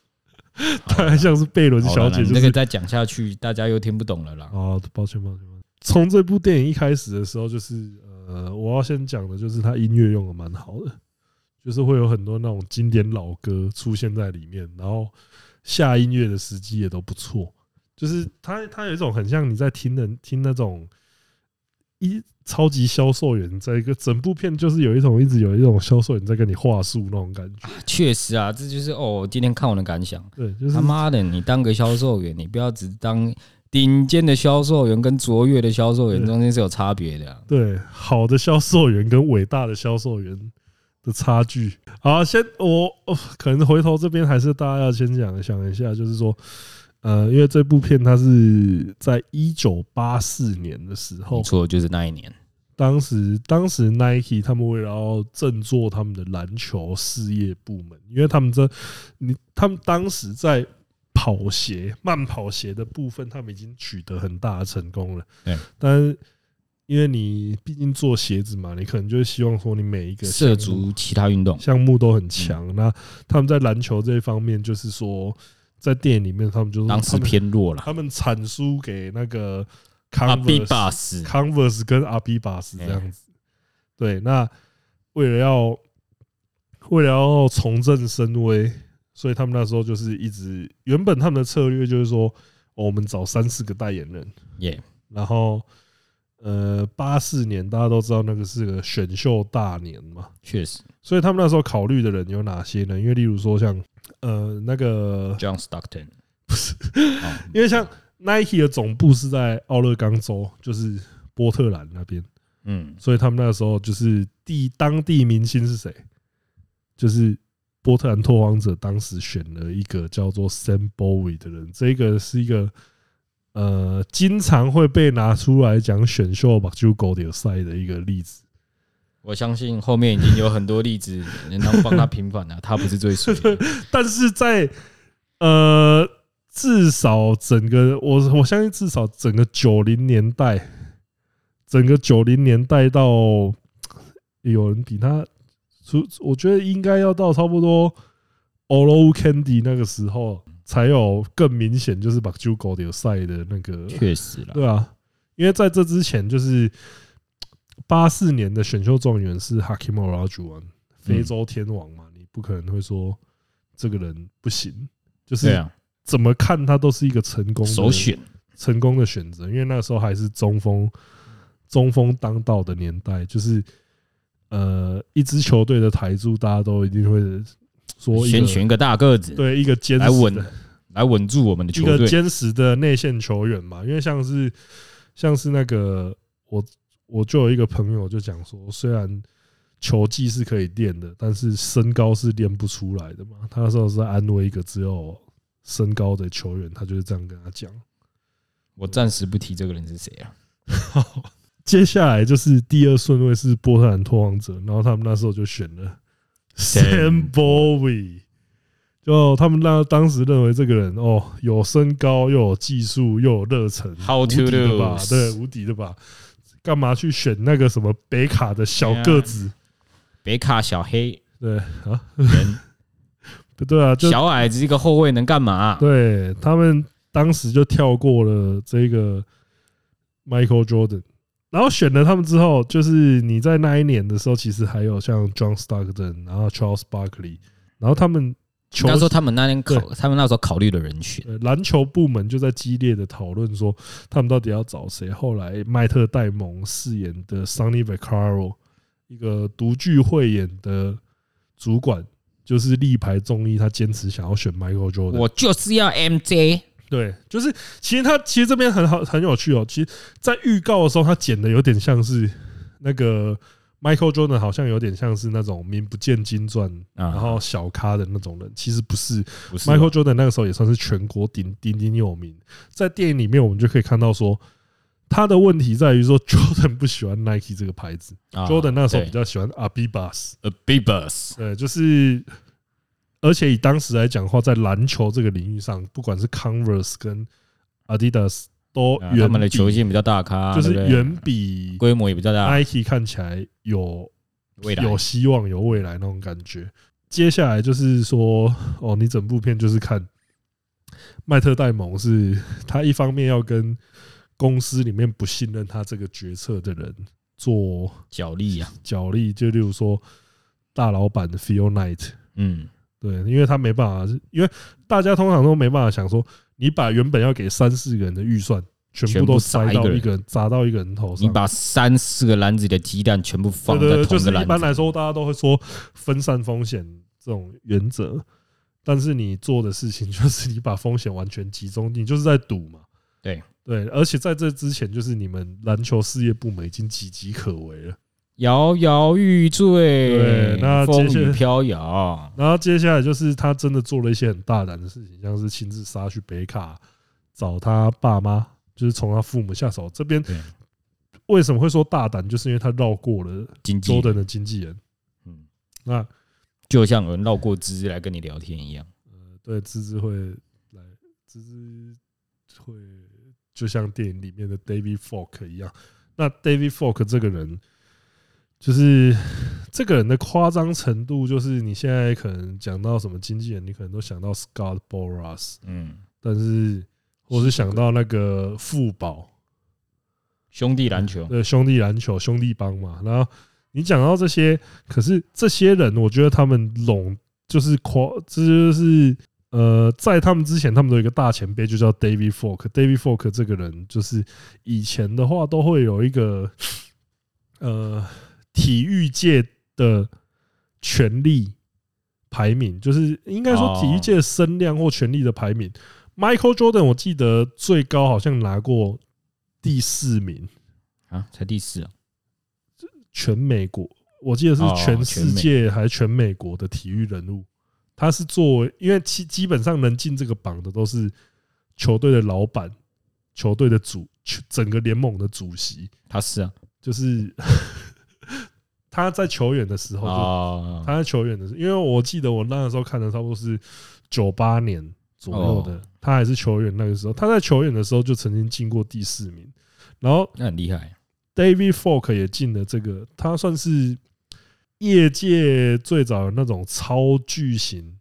Speaker 1: 他还像是贝伦
Speaker 3: 啊好
Speaker 1: 小
Speaker 3: 了啦，
Speaker 1: 姐，
Speaker 3: 你
Speaker 1: 就
Speaker 3: 这
Speaker 1: 是
Speaker 3: 个再讲下去，大家又听不懂了啦。
Speaker 1: 哦，抱歉抱歉抱歉。从这部电影一开始的时候，就是呃，我要先讲的就是它音乐用的蛮好的，就是会有很多那种经典老歌出现在里面，然后下音乐的时机也都不错，就是它它有一种很像你在听人听那种一超级销售员，在一个整部片就是有一种一直有一种销售员在跟你话术那种感觉，
Speaker 3: 确实啊，这就是哦，我今天看我的感想。
Speaker 1: 对，就是
Speaker 3: 他妈的，你当个销售员，你不要只当顶尖的销售员跟卓越的销售员
Speaker 1: 对
Speaker 3: 中间是有差别的啊、
Speaker 1: 对，好的销售员跟伟大的销售员的差距。好，先我、哦、可能回头这边还是大家要先讲想一下，就是说，呃，因为这部片它是在一九八四年的时候
Speaker 3: 没，错，就是那一年，
Speaker 1: 当时当时 Nike 他们为了要振作他们的篮球事业部门，因为他们这你他们当时在跑鞋慢跑鞋的部分，他们已经取得很大的成功了。
Speaker 3: 对，
Speaker 1: 但是因为你毕竟做鞋子嘛，你可能就会希望说你每一个
Speaker 3: 涉
Speaker 1: 项目
Speaker 3: 足嗯其他运动，
Speaker 1: 项目都很强。那他们在篮球这一方面，就是说在电影里面，他们就是
Speaker 3: 当时偏弱了。啊
Speaker 1: 他们阐述给那个
Speaker 3: 阿比
Speaker 1: Converse
Speaker 3: 巴斯，
Speaker 1: Converse 跟阿比巴斯
Speaker 3: 哎
Speaker 1: 这样子。对，那为了要为了要重振声威，所以他们那时候就是一直原本他们的策略就是说，哦我们找三四个代言人，
Speaker 3: 耶，
Speaker 1: 然后呃，八四年大家都知道那个是个选秀大年嘛，
Speaker 3: 确实
Speaker 1: 所以他们那时候考虑的人有哪些呢？因为例如说像呃那个，
Speaker 3: ，John Stockton 哦
Speaker 1: 因为像 Nike 的总部是在奥勒冈州，就是波特兰那边。
Speaker 3: 嗯，
Speaker 1: 所以他们那时候就是地当地明星是谁？就是波特兰拓荒者当时选了一个叫做 Sam Bowie 的人，这个是一个呃经常会被拿出来讲选秀吧就狗的赛的一个例子。
Speaker 3: 我相信后面已经有很多 例子能够帮他平反啊了，他不是最水的，
Speaker 1: 但是在呃，至少整个我我相信至少整个九零年代，整个九零年代到有人比他，除我觉得应该要到差不多 Olo Candy 那个时候，才有更明显就是把 j u g o 的赛的那个
Speaker 3: 确实啦，
Speaker 1: 对啊，因为在这之前就是八四年的选秀状元是 Hakim Olajuwon，非洲天王嘛，你不可能会说这个人不行，就
Speaker 3: 对
Speaker 1: 是
Speaker 3: 啊，
Speaker 1: 怎么看他都是一个成功的
Speaker 3: 首选
Speaker 1: 成功的选择，因为那时候还是中锋中锋当道的年代，就是呃，一支球队的台柱大家都一定会说一个
Speaker 3: 先选一个大个子
Speaker 1: 对一个坚
Speaker 3: 来
Speaker 1: 实
Speaker 3: 稳
Speaker 1: 的。
Speaker 3: 来稳住我们的
Speaker 1: 一
Speaker 3: 球
Speaker 1: 个
Speaker 3: 队。
Speaker 1: 坚实的内线球员嘛，因为像是像是那个我我就有一个朋友就讲说，虽然球技是可以练的，但是身高是练不出来的嘛。他那时候是在安慰一个只有身高的球员，他就是这样跟他讲。
Speaker 3: 我暂时不提这个人是谁啊。
Speaker 1: 接下来就是第二顺位是波特兰拓荒者，然后他们那时候就选了 Sam Bowie，就他们那当时认为这个人哦，有身高又有技术又有热忱
Speaker 3: How
Speaker 1: 无敌
Speaker 3: to
Speaker 1: 的吧？
Speaker 3: lose
Speaker 1: 对，无敌的吧？干嘛去选那个什么北卡的小个子？
Speaker 3: 北卡小 黑
Speaker 1: 对啊，
Speaker 3: 人，
Speaker 1: 不对啊，就
Speaker 3: 小矮子一个后卫能干嘛、
Speaker 1: 对他们当时就跳过了这个 Michael Jordan，然后选了他们之后，就是你在那一年的时候，其实还有像 John Stockton，然后 Charles Barkley，然后他们
Speaker 3: 应
Speaker 1: 球
Speaker 3: 该说他们那天考
Speaker 1: 对，
Speaker 3: 他们那时候考虑的人群，
Speaker 1: 呃篮球部门就在激烈的讨论说，他们到底要找谁？后来迈特戴蒙饰演的 Sonny Vaccaro，一个独具慧眼的主管，就是力排众议，他坚持想要选 Michael Jordan。
Speaker 3: 我就是要 MJ。
Speaker 1: 对，就是其实他其实这边很好很有趣哦。其实，在预告的时候，他剪的有点像是那个 Michael Jordan，好像有点像是那种名不见经传，
Speaker 3: 啊
Speaker 1: 然后小咖的那种人。其实不是
Speaker 3: 不是啊哦
Speaker 1: ，Michael Jordan 那个时候也算是全国鼎鼎鼎有名。在电影里面，我们就可以看到说，他的问题在于说 Jordan 不喜欢 Nike 这个牌子
Speaker 3: 啊
Speaker 1: ，Jordan 那时候
Speaker 3: 对
Speaker 1: 比较喜欢 Abibas。
Speaker 3: A big bus，
Speaker 1: 对，就是，而且以当时来讲的话，在篮球这个领域上，不管是 Converse 跟 Adidas 都
Speaker 3: 啊
Speaker 1: 远、
Speaker 3: 他们的球，星比较大咖，
Speaker 1: 就是哎
Speaker 3: 对不对嗯
Speaker 1: 远比
Speaker 3: 规模也比较大，
Speaker 1: Nike 看起来有
Speaker 3: 未来
Speaker 1: 有希望、有未来那种感觉。接下来就是说，哦，你整部片就是看麦特戴蒙是他一方面要跟公司里面不信任他这个决策的人做
Speaker 3: 角力啊，
Speaker 1: 角力，就例如说大老板的 Phil Knight，
Speaker 3: 嗯，
Speaker 1: 对，因为他没办法，因为大家通常都没办法想说，你把原本要给三四个人的预算，全
Speaker 3: 全
Speaker 1: 部
Speaker 3: 部
Speaker 1: 都
Speaker 3: 砸
Speaker 1: 塞
Speaker 3: 一
Speaker 1: 到
Speaker 3: 个人
Speaker 1: 一个人，砸到一个人头上。
Speaker 3: 你把三四个篮子里的鸡蛋全部放
Speaker 1: 对
Speaker 3: 在
Speaker 1: 对对，
Speaker 3: 同
Speaker 1: 就
Speaker 3: 一个
Speaker 1: 是一般
Speaker 3: 篮子，
Speaker 1: 来说，大家都会说分散风险这种原则，但是你做的事情 就是你把风险完全集中，你就是在赌嘛。
Speaker 3: 对
Speaker 1: 对，而且在这之前，就是你们篮球事业部门已经岌岌可危了。
Speaker 3: 摇摇欲坠
Speaker 1: 对，那
Speaker 3: 风
Speaker 1: 接下
Speaker 3: 雨飘摇，
Speaker 1: 然后接下来就是他真的做了一些很大胆的事情，像是亲自杀去北卡找他爸妈，就是从他父母下手。这边
Speaker 3: 对
Speaker 1: 为什么会说大胆，就是因为他绕过了
Speaker 3: 经济
Speaker 1: 周，等的经纪人。
Speaker 3: 嗯，
Speaker 1: 那
Speaker 3: 就像有人绕过枝来跟你聊天一样，
Speaker 1: 对芝芝会来，芝芝会就像电影里面的 David Falk 一样。那 David Falk 这个人，就是这个人的夸张程度，就是你现在可能讲到什么经纪人，你可能都想到 Scott Boras。
Speaker 3: 嗯，
Speaker 1: 但是我是想到那个富宝
Speaker 3: 兄弟篮球，
Speaker 1: 对兄弟篮球兄弟帮嘛，然后你讲到这些，可是这些人，我觉得他们拢就是夸，这就是呃，在他们之前，他们都有一个大前辈，就叫 David Falk。David Falk 这个人，就是以前的话都会有一个呃体育界的权力排名，就是应该说
Speaker 3: 哦
Speaker 1: 体育界的声量或权力的排名。Michael Jordan，我记得最高好像拿过第四名，
Speaker 3: 啊，才第四啊，
Speaker 1: 全美国，我记得是
Speaker 3: 哦
Speaker 1: 全世界还是全美国的体育人物。他是作为，因为基基本上能进这个榜的都是球队的老板、球队的主、球整个联盟的主席，
Speaker 3: 他是啊，
Speaker 1: 就是 他在球员的时候就
Speaker 3: 哦，
Speaker 1: 他在球员的时候，因为我记得我那个时候看的差不多是九八年左右的，他还是球员那个时候，他在球员的时候就曾经进过第四名，然后
Speaker 3: 那很厉害，
Speaker 1: David Falk 也进了这个，他算是业界最早有那种超巨型、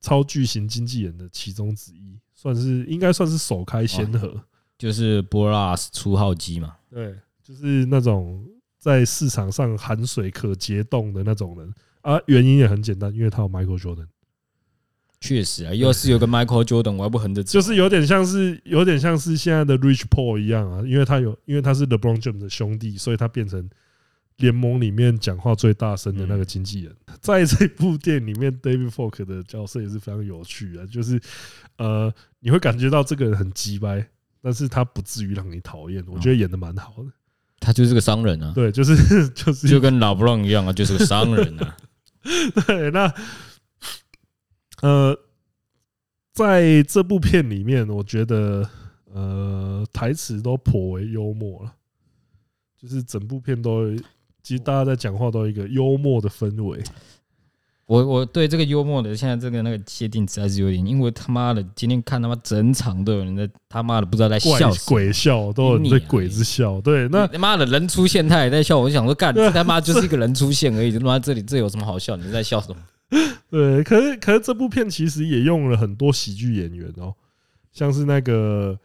Speaker 1: 超巨型经纪人的其中之一，算是应该算是首开先河。
Speaker 3: 就是波拉斯出号机嘛，
Speaker 1: 对，就是那种在市场上含水可结冻的那种人啊。原因也很简单，因为他有 Michael Jordan，
Speaker 3: 确实啊，要是有个 Michael Jordan，我还不横着走
Speaker 1: 就是有点像是有点像是现在的 Rich Paul 一样啊，因为他有因为他是 LeBron James 的兄弟，所以他变成联盟里面讲话最大声的那个经纪人。在这部电影里面，David Falk 的角色也是非常有趣的，就是呃，你会感觉到这个人很鸡掰，但是他不至于让你讨厌。我觉得演的蛮好的，
Speaker 3: 他就是个商人啊，
Speaker 1: 对，就是 就是
Speaker 3: 就跟老布朗一样啊，就是个商人啊。
Speaker 1: 对，那呃，在这部片里面，我觉得呃台词都颇为幽默了，就是整部片都有其实大家在讲话都有一个幽默的氛围。
Speaker 3: 我我对这个幽默的现在这个那个界定实在是有点，因为他妈的今天看他妈整场都有人在他妈的不知道在
Speaker 1: 怪
Speaker 3: 笑什么。
Speaker 1: 鬼笑，都有人在鬼子笑。对，那
Speaker 3: 你他妈的人出现，他也在笑。我就想说，干这他妈就是一个人出现而已，他妈这里这有什么好笑？你在笑什么？
Speaker 1: 对，可是可是这部片其实也用了很多喜剧演员哦，像是那个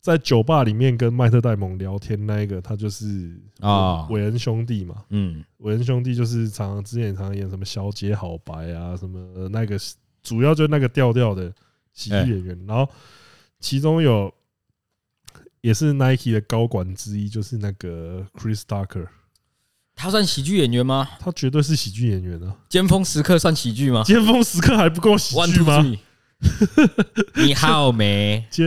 Speaker 1: 在酒吧里面跟麦特戴蒙聊天那一个，他就是
Speaker 3: 哦
Speaker 1: 韦恩兄弟嘛。
Speaker 3: 嗯，
Speaker 1: 韦恩兄弟就是常常之前常常演什么小姐好白啊，什么呃那个主要就是那个调调的喜剧演员，然后其中有也是 Nike 的高管之一，就是那个 Chris Tucker，
Speaker 3: 他算喜剧演员吗？
Speaker 1: 他绝对是喜剧演员啊！
Speaker 3: 尖峰时刻算喜剧吗
Speaker 1: 尖峰时刻还不够喜
Speaker 3: ？One
Speaker 1: 剧
Speaker 3: two
Speaker 1: 吗？
Speaker 3: three，你好没？
Speaker 1: 接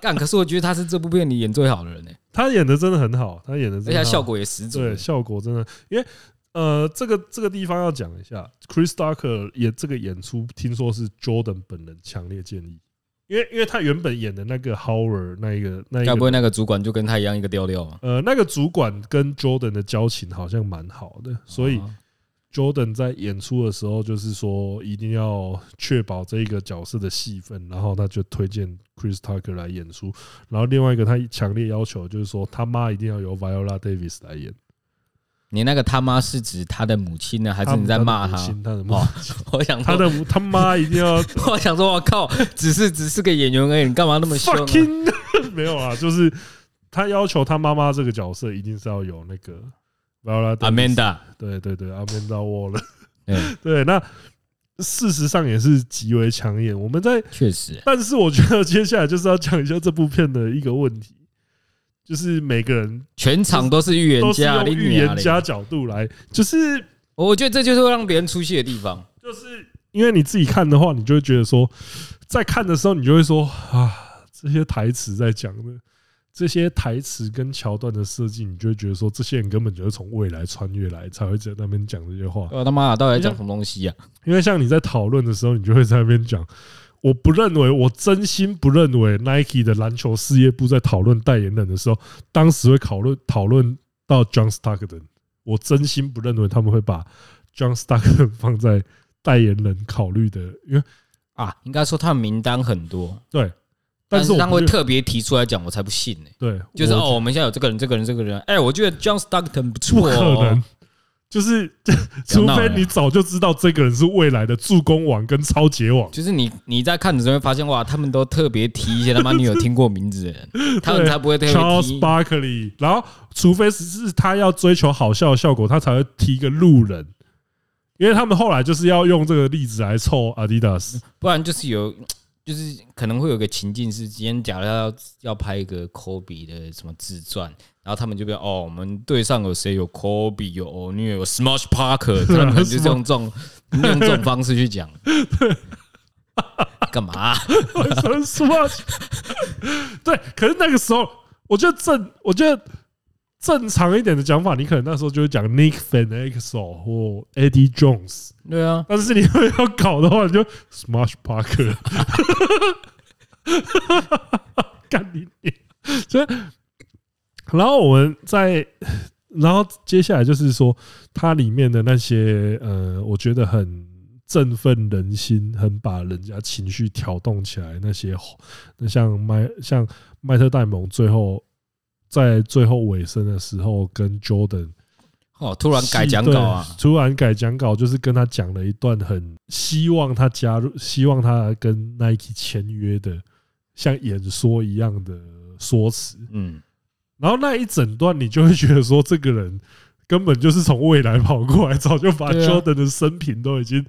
Speaker 3: 干，可是我觉得他是这部片里演最好的人呢、欸
Speaker 1: 他演的真的很好，他演的真的
Speaker 3: 而且他
Speaker 1: 很好
Speaker 3: 效果也十足。欸
Speaker 1: 对效果真的，因为呃，这个这个地方要讲一下，Chris Tucker 也这个演出，听说是 Jordan 本人强烈建议，因为因为他原本演的那个 Howard 那一个那一
Speaker 3: 该不会
Speaker 1: 个
Speaker 3: 那个主管就跟他一样一个调调啊？
Speaker 1: 呃那个主管跟 Jordan 的交情好像蛮好
Speaker 3: 哦
Speaker 1: 的，所以 Jordan 在演出的时候就是说一定要确保这一个角色的戏份，然后他就推荐 Chris Tucker 来演出，然后另外一个他强烈要求就是说他妈一定要由 Viola Davis 来演。
Speaker 3: 你那个他妈是指他的母亲呢，还是你在骂他
Speaker 1: 他？的母亲？他的母
Speaker 3: 哦
Speaker 1: 亲，
Speaker 3: 我想
Speaker 1: 他
Speaker 3: 说，
Speaker 1: 的母他妈一定要
Speaker 3: 我想说，我靠，只是只是个演员而已，你干嘛那么凶、啊？
Speaker 1: fucking 没有啊，就是他要求他妈妈这个角色一定是要有那个 Viola Davis
Speaker 3: Amanda，
Speaker 1: 对对对，Amanda Waller，
Speaker 3: 嗯，
Speaker 1: 对，那事实上也是极为抢眼。我们在，
Speaker 3: 确实，
Speaker 1: 但是我觉得接下来就是要讲一下这部片的一个问题，就是每个人
Speaker 3: 全场都是预
Speaker 1: 都
Speaker 3: 言
Speaker 1: 是
Speaker 3: 家，啊
Speaker 1: 用
Speaker 3: 你
Speaker 1: 预
Speaker 3: 娘
Speaker 1: 言
Speaker 3: 嘞
Speaker 1: 家角度来，就是
Speaker 3: 我觉得这就是会让别人出戏的地方。
Speaker 1: 就是因为你自己看的话，你就会觉得说，在看的时候，你就会说啊，这些台词在讲的这些台词跟桥段的设计，你就会觉得说，这些人根本就是从未来穿越来才会在那边讲这些话。
Speaker 3: 哦我他妈的到底在讲什么东西啊？
Speaker 1: 因为像你在讨论的时候，你就会在那边讲。我不认为，我真心不认为 Nike 的篮球事业部在讨论代言人的时候，当时会讨论讨论到 John Stockton。我真心不认为他们会把 John Stockton 放在代言人考虑的，因为
Speaker 3: 啊，应该说他的名单很多，
Speaker 1: 对，
Speaker 3: 但
Speaker 1: 是
Speaker 3: 是
Speaker 1: 我
Speaker 3: 他
Speaker 1: 不
Speaker 3: 会
Speaker 1: 觉得
Speaker 3: 特别提出来讲，我才不信呢、
Speaker 1: 对，
Speaker 3: 就是
Speaker 1: 我
Speaker 3: 哦，我们现在有这个人，这个人，这个人。哎，我觉得 John Stockton 不
Speaker 1: 不
Speaker 3: 错、
Speaker 1: 可
Speaker 3: 哦，
Speaker 1: 能，就是
Speaker 3: 要
Speaker 1: 除
Speaker 3: 闹
Speaker 1: 非
Speaker 3: 了
Speaker 1: 你早就知道这个人是未来的助攻王跟超级王，
Speaker 3: 就是你你在看的时候会发现，哇，他们都特别提一些他妈你有听过名字 的人，他们才不会特别
Speaker 1: Charles
Speaker 3: 提。
Speaker 1: Barkley，然后除非只是他要追求好笑的效果，他才会提一个路人，因为他们后来就是要用这个例子来凑 Adidas，
Speaker 3: 不然就是有，就是可能会有个情境是，今天假如要要拍一个 Kobe 的什么自传，然后他们就变哦，我们队上有谁有 Kobe，有 O'Neal，有 Smash Parker，他们就是用这种用这种方式去讲。干嘛啊、
Speaker 1: 什么 Smash，对，可是那个时候，我觉得正，我觉得。正常一点的讲法，你可能那时候就会讲 Nick Van Exel 或 Eddie Jones，
Speaker 3: 对啊，
Speaker 1: 但是你又要搞的话，你就 Smash Parker，干你你！所以，然后我们在，然后接下来就是说，它里面的那些呃，我觉得很振奋人心，很把人家情绪挑动起来那些，那像麦像麦特戴蒙最后在最后尾声的时候跟 Jordan
Speaker 3: 哦，突然改讲稿啊
Speaker 1: 是，对突然改讲稿，就是跟他讲了一段很希望他加入、希望他跟 Nike 签约的，像演说一样的说辞。
Speaker 3: 嗯，
Speaker 1: 然后那一整段，你就会觉得说，这个人根本就是从未来跑过来，早就把
Speaker 3: 对啊
Speaker 1: Jordan 的生平都已经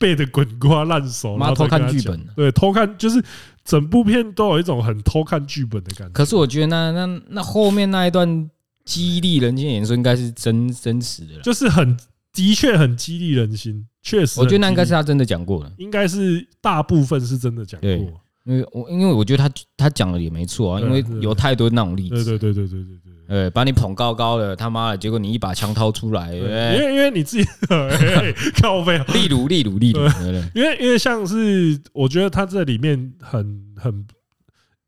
Speaker 1: 背得滚瓜烂熟，然
Speaker 3: 妈
Speaker 1: 后
Speaker 3: 偷
Speaker 1: 哦再跟
Speaker 3: 看
Speaker 1: 他
Speaker 3: 剧
Speaker 1: 讲
Speaker 3: 本，
Speaker 1: 对，偷看就是整部片都有一种很偷看剧本的感觉。
Speaker 3: 可是我觉得那那那后面那一段激励人心的演说应该是真真实的啦。
Speaker 1: 就是很的确很激励人心，确实
Speaker 3: 我
Speaker 1: 很激励，
Speaker 3: 觉得那应该是他真的讲过的，
Speaker 1: 应该是大部分是真的讲
Speaker 3: 对
Speaker 1: 过。
Speaker 3: 因为我因为我觉得他他讲的也没错啊，
Speaker 1: 对
Speaker 3: 因为
Speaker 1: 对
Speaker 3: 有太多那种例
Speaker 1: 对对
Speaker 3: 子，
Speaker 1: 对对对对对。
Speaker 3: 呃，把你捧高高的，他妈的，结果你一把枪掏出来，
Speaker 1: 对，因
Speaker 3: 哎
Speaker 1: 为因为你自己 哎靠背，哦
Speaker 3: 例如例 如例如，对不啊对
Speaker 1: 因为因为像是我觉得他这里面很很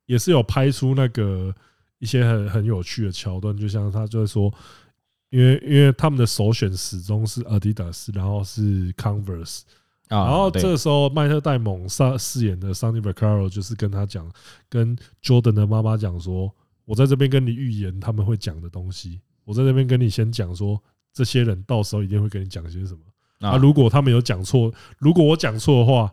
Speaker 1: 也是有拍出那个一些很很有趣的桥段，就像他就会说，因为因为他们的首选始终是 Adidas，然后是 Converse，
Speaker 3: 啊，
Speaker 1: 然后
Speaker 3: 对
Speaker 1: 这时候麦特戴蒙上饰演的 Sonny Vaccaro 就是跟他讲，跟 Jordan 的妈妈讲说，我在这边跟你预言他们会讲的东西，我在这边跟你先讲说，这些人到时候一定会跟你讲些什么。啊，
Speaker 3: 啊，
Speaker 1: 如果他们有讲错，如果我讲错的话，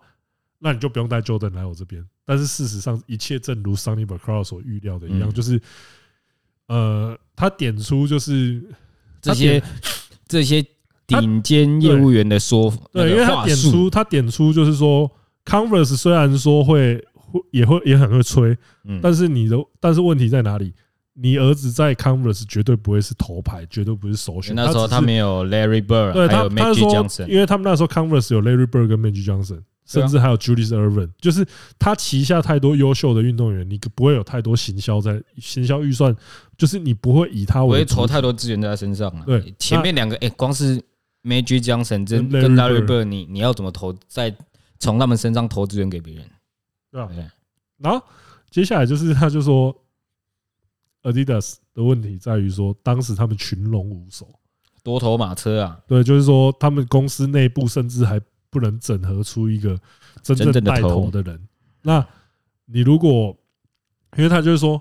Speaker 1: 那你就不用带 Jordan 来我这边。但是事实上，一切正如 Sunny b a c r a 所预料的一样，
Speaker 3: 嗯
Speaker 1: 就是呃，他点出就是
Speaker 3: 这些这些顶尖业务员的说法，
Speaker 1: 对，
Speaker 3: 那
Speaker 1: 因为
Speaker 3: 个
Speaker 1: 他
Speaker 3: 话
Speaker 1: 点
Speaker 3: 术，
Speaker 1: 出他点出就是说，Converse 虽然说会会也会也很会吹，
Speaker 3: 嗯
Speaker 1: 但是你的但是问题在哪里？你儿子在 Converse 绝对不会是头牌，绝对不是首选。
Speaker 3: 那时候
Speaker 1: 只
Speaker 3: 他
Speaker 1: 是
Speaker 3: 没有 Larry Bird，
Speaker 1: 对
Speaker 3: 还
Speaker 1: 他
Speaker 3: 有
Speaker 1: 他
Speaker 3: Magic
Speaker 1: 说，
Speaker 3: Johnson，啊
Speaker 1: 因为他们那时候 Converse 有 Larry Bird 跟 Magic Johnson，甚至还有 Julius Irvin，就是他旗下太多优秀的运动员，你不会有太多行销在行销预算，就是你不会以他
Speaker 3: 我
Speaker 1: 为
Speaker 3: 会
Speaker 1: 主
Speaker 3: 投太多资源在他身上了。
Speaker 1: 对
Speaker 3: 前面两个，哎，光是 Magic Johnson 跟
Speaker 1: 跟
Speaker 3: 跟
Speaker 1: Larry
Speaker 3: Larry Bird，你你要怎么投？再从他们身上投资源给别人，
Speaker 1: 对啊
Speaker 3: 对不对
Speaker 1: 然后接下来就是 他就说，Adidas 的问题在于说，当时他们群龙无首，
Speaker 3: 多头马车啊，
Speaker 1: 对，就是说他们公司内部甚至还不能整合出一个真正
Speaker 3: 真正的
Speaker 1: 带头
Speaker 3: 头
Speaker 1: 的人。那你如果，因为他就是说，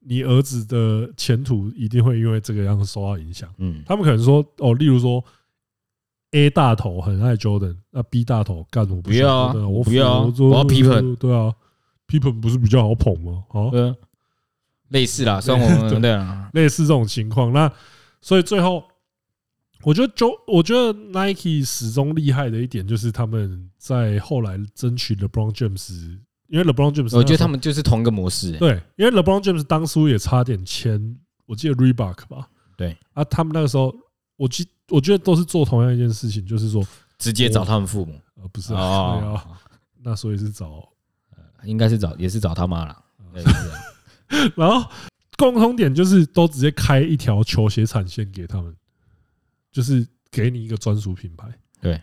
Speaker 1: 你儿子的前途一定会因为这个样受到影响。
Speaker 3: 嗯，
Speaker 1: 他们可能说，哦，例如说。A 大头很爱 Jordan，那 B 大头干我不
Speaker 3: 不要啊
Speaker 1: 喜欢 Jordan，我
Speaker 3: 我不要啊
Speaker 1: 做
Speaker 3: 我要 Pippen
Speaker 1: 对啊，Pippen 不是比较好捧吗？啊，
Speaker 3: 对啊，类似啦，虽然我们对啊，
Speaker 1: 类似这种情况。那所以最后，我觉得就我觉得 Nike 始终厉害的一点就是他们在后来争取 LeBron James，因为 LeBron James，
Speaker 3: 我觉得他
Speaker 1: 们
Speaker 3: 们哦就是同一个模式、欸，
Speaker 1: 对，因为 LeBron James 当初也差点签，我记得 Reebok 吧，
Speaker 3: 对
Speaker 1: 啊，他们那个时候，我记我觉得都是做同样一件事情，就是说，
Speaker 3: 直接找他们父母
Speaker 1: 呃，不是啊，对
Speaker 3: 哦
Speaker 1: 啊，，那所以是找
Speaker 3: 应该是找也是找他妈啦。对
Speaker 1: 然后共通点就是都直接开一条球鞋产线给他们，就是给你一个专属品牌。
Speaker 3: 对，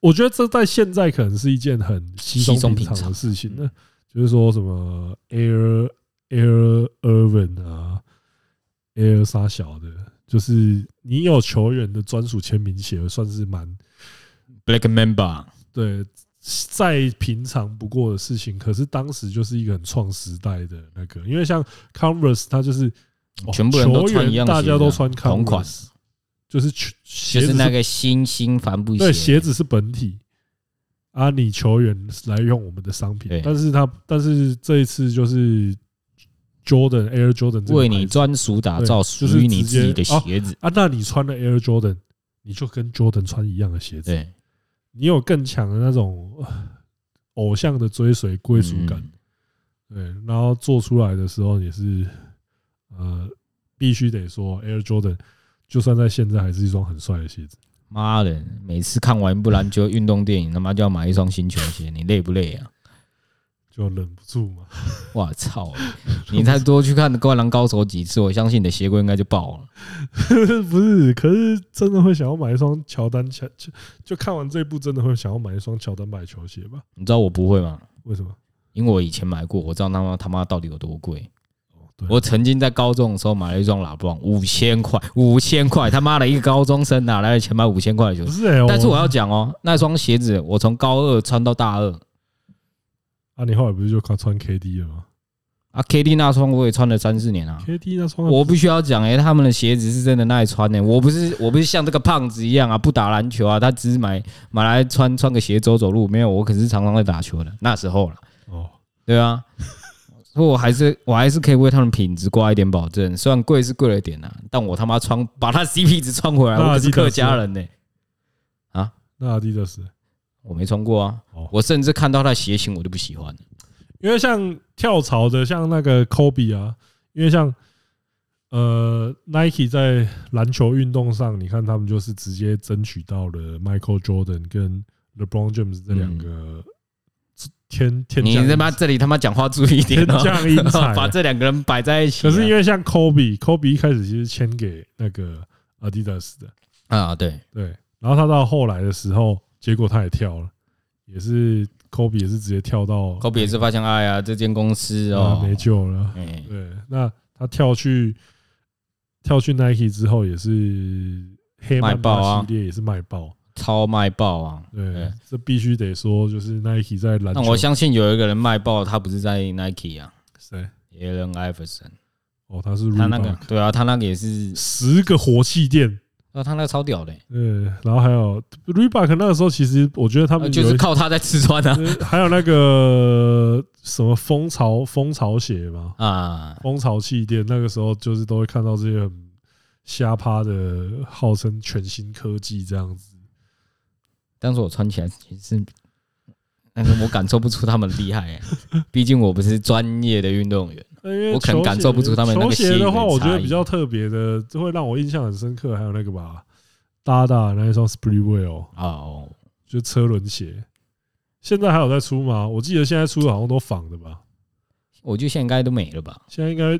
Speaker 1: 我觉得这在现在可能是一件很稀
Speaker 3: 稀松
Speaker 1: 松平
Speaker 3: 平
Speaker 1: 常的
Speaker 3: 常
Speaker 1: 事情。
Speaker 3: 嗯
Speaker 1: 那就是说什么 Air Air Irvin 啊，Air 啥小的，就是你有球员的专属签名鞋，算是蛮
Speaker 3: ，Black Mamba，
Speaker 1: 对。再平常不过的事情，可是当时就是一个很创时代的那个，因为像 Converse，它就是哦
Speaker 3: 全部人都
Speaker 1: 球员
Speaker 3: 穿一样鞋
Speaker 1: 大
Speaker 3: 子啊，
Speaker 1: 家都穿 Converse
Speaker 3: 同款，
Speaker 1: 就是球
Speaker 3: 就
Speaker 1: 鞋子
Speaker 3: 是那个星星帆布
Speaker 1: 对鞋
Speaker 3: 鞋，
Speaker 1: 子是本体啊，你球员来用我们的商品
Speaker 3: 对，
Speaker 1: 但是他但是这一次就是 Jordan Air Jordan 这个
Speaker 3: 为
Speaker 1: 牌
Speaker 3: 你
Speaker 1: 子
Speaker 3: 专属打造
Speaker 1: 对就
Speaker 3: 属
Speaker 1: 是
Speaker 3: 于你
Speaker 1: 直接
Speaker 3: 自己的鞋子，
Speaker 1: 啊，那你穿了 Air Jordan，你就跟 Jordan 穿一样的鞋子，
Speaker 3: 对，
Speaker 1: 你有更强的那种呃偶像的追随归属感，
Speaker 3: 嗯
Speaker 1: 对，然后做出来的时候也是，呃，必须得说 Air Jordan，就算在现在还是一双很帅的鞋子。
Speaker 3: 妈的，每次看完不篮球运动电影，他妈就要买一双新球鞋，你累不累 啊？
Speaker 1: 就忍不住嘛。
Speaker 3: 我操！你再多去看《灌篮高手》几次，我相信你的鞋柜应该就爆了。
Speaker 1: 不是，可是真的会想要买一双乔丹乔，就就看完这部真的会想要买一双乔丹白球鞋吧？
Speaker 3: 你知道我不会吗？
Speaker 1: 为什么？
Speaker 3: 因为我以前买过，我知道他妈他妈到底有多贵。
Speaker 1: 哦，对，
Speaker 3: 我曾经在高中的时候买了一双拉布朗，五千块，五千块，他妈的一个高中生哪来的钱买五千块的球
Speaker 1: 不
Speaker 3: 鞋？
Speaker 1: 是哎、
Speaker 3: 但是我要讲哦，那双鞋子我从高二穿到大二
Speaker 1: 啊，你后来不是就靠穿 KD 了吗
Speaker 3: 啊，KD 那双我也穿了三四年啊。
Speaker 1: ？KD 那双
Speaker 3: 我必须要讲，哎，他们的鞋子是真的耐穿呢、欸我不是，我不是像这个胖子一样啊，不打篮球啊，他只是买买来穿穿个鞋走走路。没有，我可是常常在打球的，那时候了。
Speaker 1: 哦，
Speaker 3: 对啊，所以我还是我还是可以为他们品质挂一点保证，虽然贵是贵了点啊，但我他妈穿把他 CP 值穿回来，
Speaker 1: 那
Speaker 3: 我可是
Speaker 1: Adidas
Speaker 3: 客家人呢、
Speaker 1: 那 Adidas
Speaker 3: 我没穿过啊
Speaker 1: 哦，
Speaker 3: 我甚至看到他的鞋型我都不喜欢，
Speaker 1: 因为像跳槽的，像那个 Kobe 啊，因为像呃 Nike 在篮球运动上，你看他们就是直接争取到了 Michael Jordan 跟 LeBron James 这两个天天
Speaker 3: 你
Speaker 1: 降
Speaker 3: 他妈这里他妈讲话注意一点
Speaker 1: 天
Speaker 3: 哦
Speaker 1: 降 英才
Speaker 3: 把这两个人摆在一起
Speaker 1: 啊
Speaker 3: 啊。
Speaker 1: 可是因为像 Kobe，Kobe 一开始其实签给那个 Adidas 的，
Speaker 3: 啊，对，
Speaker 1: 对，然后他到后来的时候，结果他也跳了，也是 Kobe 也是直接跳到
Speaker 3: 科比也是发现，哎呀，这间公司
Speaker 1: 啊
Speaker 3: 哦，
Speaker 1: 没救了。
Speaker 3: 哎，
Speaker 1: 对，那他跳去跳去 Nike 之后，也是黑曼
Speaker 3: 卖爆
Speaker 1: 巴
Speaker 3: 啊
Speaker 1: 系列也是卖爆。
Speaker 3: 超卖爆啊！
Speaker 1: 对
Speaker 3: 对，
Speaker 1: 这必须得说，就是 Nike 在篮
Speaker 3: 那我
Speaker 1: 球
Speaker 3: 相信有一个人卖爆，他不是在 Nike 啊
Speaker 1: 谁？
Speaker 3: ，Allen Iverson，
Speaker 1: 哦，他是
Speaker 3: 他那个
Speaker 1: Reebok
Speaker 3: 对啊，他那个也是，
Speaker 1: 十个火气店。
Speaker 3: 啊，他那个超屌的欸，
Speaker 1: 嗯，然后还有 Reebok 那个时候，其实我觉得他
Speaker 3: 呃
Speaker 1: 们
Speaker 3: 就
Speaker 1: 有
Speaker 3: 是
Speaker 1: 一
Speaker 3: 靠他在吃穿啊
Speaker 1: 呃还有那个什么蜂巢蜂巢鞋嘛，
Speaker 3: 啊，
Speaker 1: 蜂巢气垫，那个时候就是都会看到这些很瞎趴的，号称全新科技这样子。
Speaker 3: 当时我穿起来其实是那个我感受不出他们 厉害欸，毕竟我不是专业的运动员。
Speaker 1: 呃因为
Speaker 3: 我可
Speaker 1: 球
Speaker 3: 能
Speaker 1: 鞋
Speaker 3: 感受不出他们那
Speaker 1: 球
Speaker 3: 个
Speaker 1: 鞋
Speaker 3: 吸引
Speaker 1: 的
Speaker 3: 人
Speaker 1: 话，
Speaker 3: 的
Speaker 1: 我觉得
Speaker 3: 差异
Speaker 1: 比较特别的，就会让我印象很深刻。还有那个吧，搭搭那一双 Springwell，
Speaker 3: 哦，
Speaker 1: 就车轮鞋。现在还有在出吗？我记得现在出的好像都仿的吧。
Speaker 3: 我觉得现在应该都没了吧。
Speaker 1: 现在应该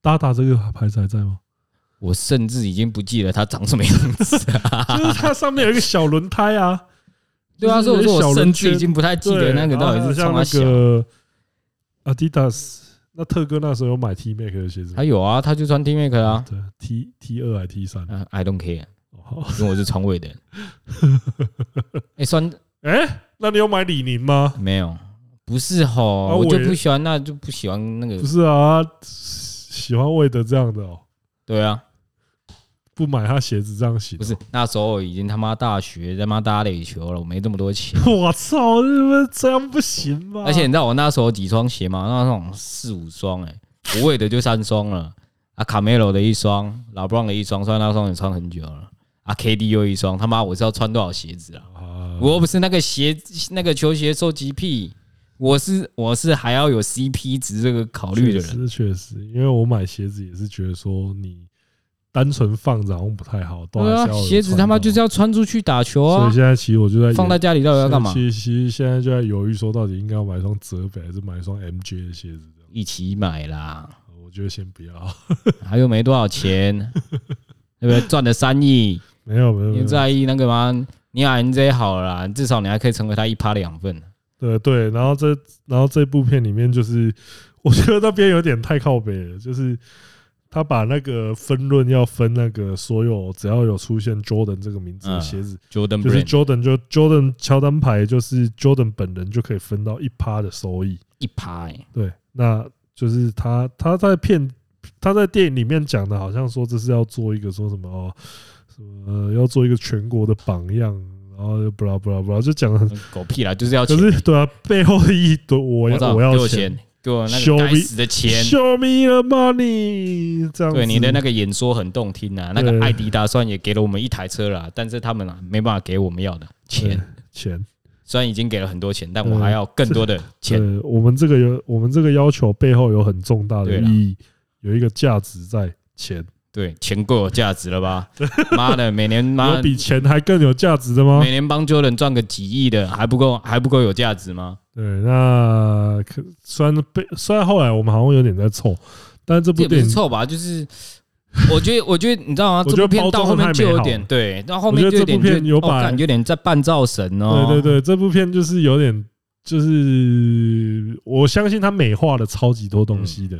Speaker 1: 搭搭这个牌子还在吗？
Speaker 3: 我甚至已经不记得它长什么样 子、啊。
Speaker 1: 就是它上面有一个小轮胎啊。
Speaker 3: 对啊，
Speaker 1: 就是
Speaker 3: 所以我说
Speaker 1: 小
Speaker 3: 我
Speaker 1: 轮
Speaker 3: 甚
Speaker 1: 圈
Speaker 3: 至已经不太记
Speaker 1: 对，
Speaker 3: 得那个到底是
Speaker 1: 然
Speaker 3: 从
Speaker 1: 后还
Speaker 3: 哪
Speaker 1: 有像
Speaker 3: 小
Speaker 1: 那。个 Adidas，那特哥那时候有买 T Mac 的鞋子吗
Speaker 3: 他有啊，他就穿 T Mac 啊。
Speaker 1: 对 T T 二还 T 三。
Speaker 3: 嗯，I don't care，
Speaker 1: 哦
Speaker 3: 因为我是床尾的。 哎，酸
Speaker 1: 哎，那你有买李宁吗？
Speaker 3: 没有，不是吼，
Speaker 1: 啊我
Speaker 3: 我
Speaker 1: 也
Speaker 3: 就不喜欢，那就不喜欢那个
Speaker 1: 不。是啊，喜欢魏德这样的哦，
Speaker 3: 对啊，
Speaker 1: 不买他鞋子这样行哦。
Speaker 3: 不是那时候已经他妈大学他妈打垒球了，我没这么多钱。
Speaker 1: 我操，你们这样不行吧？
Speaker 3: 而且你知道我那时候几双鞋吗？那种四五双哎、欸，无谓的就三双了。啊，卡梅罗的一双，老布朗的一双，虽然那双也穿很久了。啊，KD 又一双，他妈我是要穿多少鞋子啊？
Speaker 1: 啊，
Speaker 3: 我又不是那个鞋那个球鞋收集癖，我是我是还要有 CP 值这个考虑的
Speaker 1: 确实
Speaker 3: 人。
Speaker 1: 确实，因为我买鞋子也是觉得说你单纯放着好像不太好，都
Speaker 3: 对
Speaker 1: 还
Speaker 3: 啊
Speaker 1: 是要，有
Speaker 3: 鞋子
Speaker 1: 穿
Speaker 3: 他妈
Speaker 1: 到
Speaker 3: 就是要穿出去打球
Speaker 1: 所
Speaker 3: 啊
Speaker 1: 以，现在其实我就在
Speaker 3: 放
Speaker 1: 研
Speaker 3: 在家里到底要干嘛？
Speaker 1: 其实其实现在就在犹豫说，到底应该要买一双泽北还是买一双 MJ 的鞋子这样。
Speaker 3: 一起买啦，
Speaker 1: 呃我觉得先不要，
Speaker 3: 还又没多少钱，对不对？赚了三亿，
Speaker 1: 没有没有，没
Speaker 3: 你
Speaker 1: 有
Speaker 3: 在意那个吗？你 RNJ 好了啦，至少你还可以成为他一趴两份。
Speaker 1: 对对。然后这然后这部片里面就是，我觉得那边有点太靠北了，就是他把那个分论要分那个所有只要有出现 Jordan 这个名字的
Speaker 3: 嗯
Speaker 1: 鞋子，
Speaker 3: Jordan
Speaker 1: 就是
Speaker 3: Brand
Speaker 1: Jordan 就 Jordan 乔丹牌，就是 Jordan 本人就可以分到一趴的收益。
Speaker 3: 一趴、欸，
Speaker 1: 对，那就是他他在片他在电影里面讲的，好像说这是要做一个说什么哦，什么、呃、要做一个全国的榜样，然后就不啦不啦不啦，就讲的很。
Speaker 3: 狗屁啦，就是要
Speaker 1: 可
Speaker 3: 钱。
Speaker 1: 是对啊，背后的意义，对我
Speaker 3: 我知
Speaker 1: 要
Speaker 3: 道
Speaker 1: 我
Speaker 3: 给
Speaker 1: 要
Speaker 3: 我钱，给我那
Speaker 1: Show
Speaker 3: 个
Speaker 1: me-
Speaker 3: 该死的钱。
Speaker 1: ，Show me the money，这样子
Speaker 3: 对你的那个演说很动听啊，那
Speaker 1: 对
Speaker 3: 个艾迪达虽然也给了我们一台车啦，但是他们啊没办法给我们要
Speaker 1: 对
Speaker 3: 的钱。
Speaker 1: 钱，
Speaker 3: 虽然已经给了很多钱，但
Speaker 1: 对
Speaker 3: 我还要更多的钱。
Speaker 1: 对我们这个有我们这个要求背后有很重大的
Speaker 3: 对啊
Speaker 1: 意
Speaker 3: 啦
Speaker 1: 义，有一个价值在钱，
Speaker 3: 对，钱够有价值了吧？妈的，每年妈
Speaker 1: 有比钱还更有价值的吗？
Speaker 3: 每年帮 Jordan 赚个几亿的，还不够还不够有价值吗？
Speaker 1: 对，那可虽然被虽然后来我们好像有点在凑，但是这
Speaker 3: 这
Speaker 1: 部
Speaker 3: 也不
Speaker 1: 电
Speaker 3: 是
Speaker 1: 影，
Speaker 3: 臭吧，就是我觉得，我觉得你知道吗？
Speaker 1: 我觉
Speaker 3: 这
Speaker 1: 得
Speaker 3: 部片到后
Speaker 1: 包装得太
Speaker 3: 面就
Speaker 1: 美
Speaker 3: 有
Speaker 1: 好
Speaker 3: 点对，到后
Speaker 1: 我
Speaker 3: 面
Speaker 1: 觉得
Speaker 3: 就有
Speaker 1: 这部
Speaker 3: 点
Speaker 1: 片
Speaker 3: 就
Speaker 1: 有
Speaker 3: 哦
Speaker 1: 把
Speaker 3: 感有点在半造神哦。
Speaker 1: 对对对，这部片就是有点，就是我相信他美化了超级多东西的，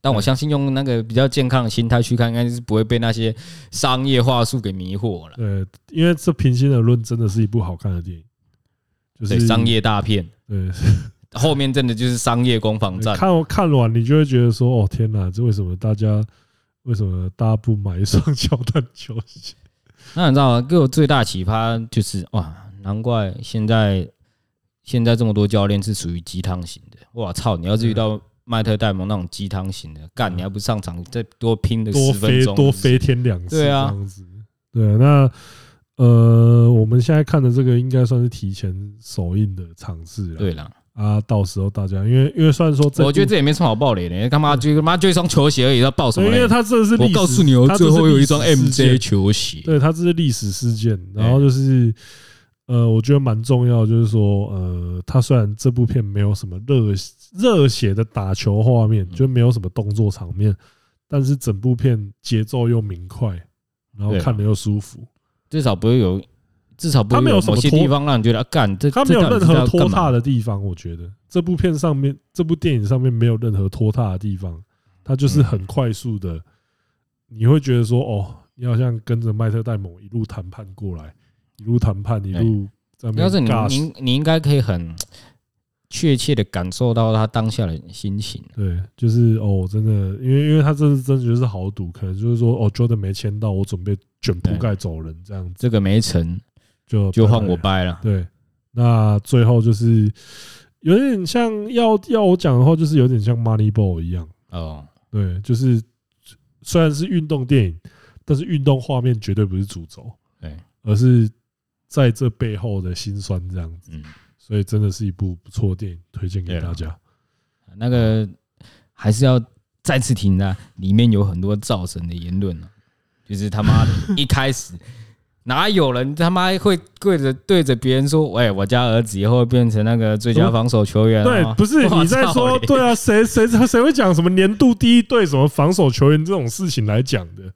Speaker 3: 但我相信用那个比较健康的心态去看，应该是不会被那些商业话术给迷惑了。
Speaker 1: 呃，因为这平心而论，真的是一部好看的电影，就
Speaker 3: 对，
Speaker 1: 是
Speaker 3: 商，业大片
Speaker 1: 对，
Speaker 3: 后面真的就是商业攻防战。
Speaker 1: 看看完你就会觉得说，哦天哪，这为什么大家为什么大家不买一双乔丹球鞋？
Speaker 3: 那你知道吗？给我最大启发就是哇，难怪现在现在这么多教练是属于鸡汤型的。哇操！你要是遇到麦特戴蒙那种鸡汤型的，干你还不上场再多拼的
Speaker 1: 多
Speaker 3: 十分
Speaker 1: 飞
Speaker 3: 钟，
Speaker 1: 多飞天两次这
Speaker 3: 对啊
Speaker 1: 样子。对，那呃，我们现在看的这个应该算是提前首映的场次了。
Speaker 3: 对啦，
Speaker 1: 啊，到时候大家因为因为虽然说这
Speaker 3: 我觉得
Speaker 1: 部
Speaker 3: 这也没什么好爆雷的，干嘛就他妈就一双球鞋而已，要爆什
Speaker 1: 对
Speaker 3: 么
Speaker 1: 因
Speaker 3: 雷
Speaker 1: 为？它这是历
Speaker 3: 我
Speaker 1: 史
Speaker 3: 告诉你哦
Speaker 1: 它，这
Speaker 3: 最
Speaker 1: 是
Speaker 3: 后有
Speaker 1: 历史
Speaker 3: 一双
Speaker 1: 事
Speaker 3: MJ
Speaker 1: 件
Speaker 3: 球鞋。
Speaker 1: 对，它这是历史事件，然后
Speaker 3: 哎
Speaker 1: 就是，呃，我觉得蛮重要，就是说，呃，它虽然这部片没有什么热热血的打球画面，
Speaker 3: 嗯
Speaker 1: 就没有什么动作场面，但是整部片节奏又明快，然后
Speaker 3: 对啊
Speaker 1: 看的又舒服，
Speaker 3: 至少不会有，至少不
Speaker 1: 他
Speaker 3: 会
Speaker 1: 没有
Speaker 3: 有
Speaker 1: 什么
Speaker 3: 某些
Speaker 1: 拖
Speaker 3: 地方让你觉得啊，干这
Speaker 1: 欸它没有
Speaker 3: 这到
Speaker 1: 任
Speaker 3: 底是
Speaker 1: 何
Speaker 3: 要
Speaker 1: 拖
Speaker 3: 干嘛
Speaker 1: 沓的地方。我觉得这部片上面，这部电影上面没有任何拖沓的地方，它就是
Speaker 3: 嗯
Speaker 1: 很快速的，你会觉得说，哦，你好像跟着麦特戴蒙一路谈判过来，一路谈判，一路在那边
Speaker 3: 欸要是你
Speaker 1: 尬
Speaker 3: 你你应该可以很确切的感受到他当下的心情。
Speaker 1: 对，就是哦，真的，因为因为他这次真的就是豪赌，可能就是说哦，Jordan 没签到，我准备卷铺盖走人，这样子
Speaker 3: 这个没成
Speaker 1: 就
Speaker 3: 就
Speaker 1: 拜
Speaker 3: 换
Speaker 1: 拜
Speaker 3: 我
Speaker 1: 了
Speaker 3: 掰了，
Speaker 1: 对，那最后就是有点像要要我讲的话，就是有点像 Moneyball 一样，
Speaker 3: 哦，
Speaker 1: 对，就是虽然是运动电影，但是运动画面绝对不是主轴，
Speaker 3: 对，
Speaker 1: 而是在这背后的辛酸这样子，
Speaker 3: 嗯，
Speaker 1: 所以真的是一部不错的电影，推荐给
Speaker 3: 对了啊
Speaker 1: 大家。
Speaker 3: 那个还是要再次提醒大家，里面有很多造神的言论啊就是他妈的一开始。哪有人他妈会跪着对着别人说：“喂，我家儿子以后会变成那个最佳防守球员、啊。”
Speaker 1: 对，不 是
Speaker 3: 哇
Speaker 1: 你在
Speaker 3: 操
Speaker 1: 说
Speaker 3: 嘞
Speaker 1: 对啊？谁谁谁会讲什么年度第一队什么防守球员这种事情来讲的？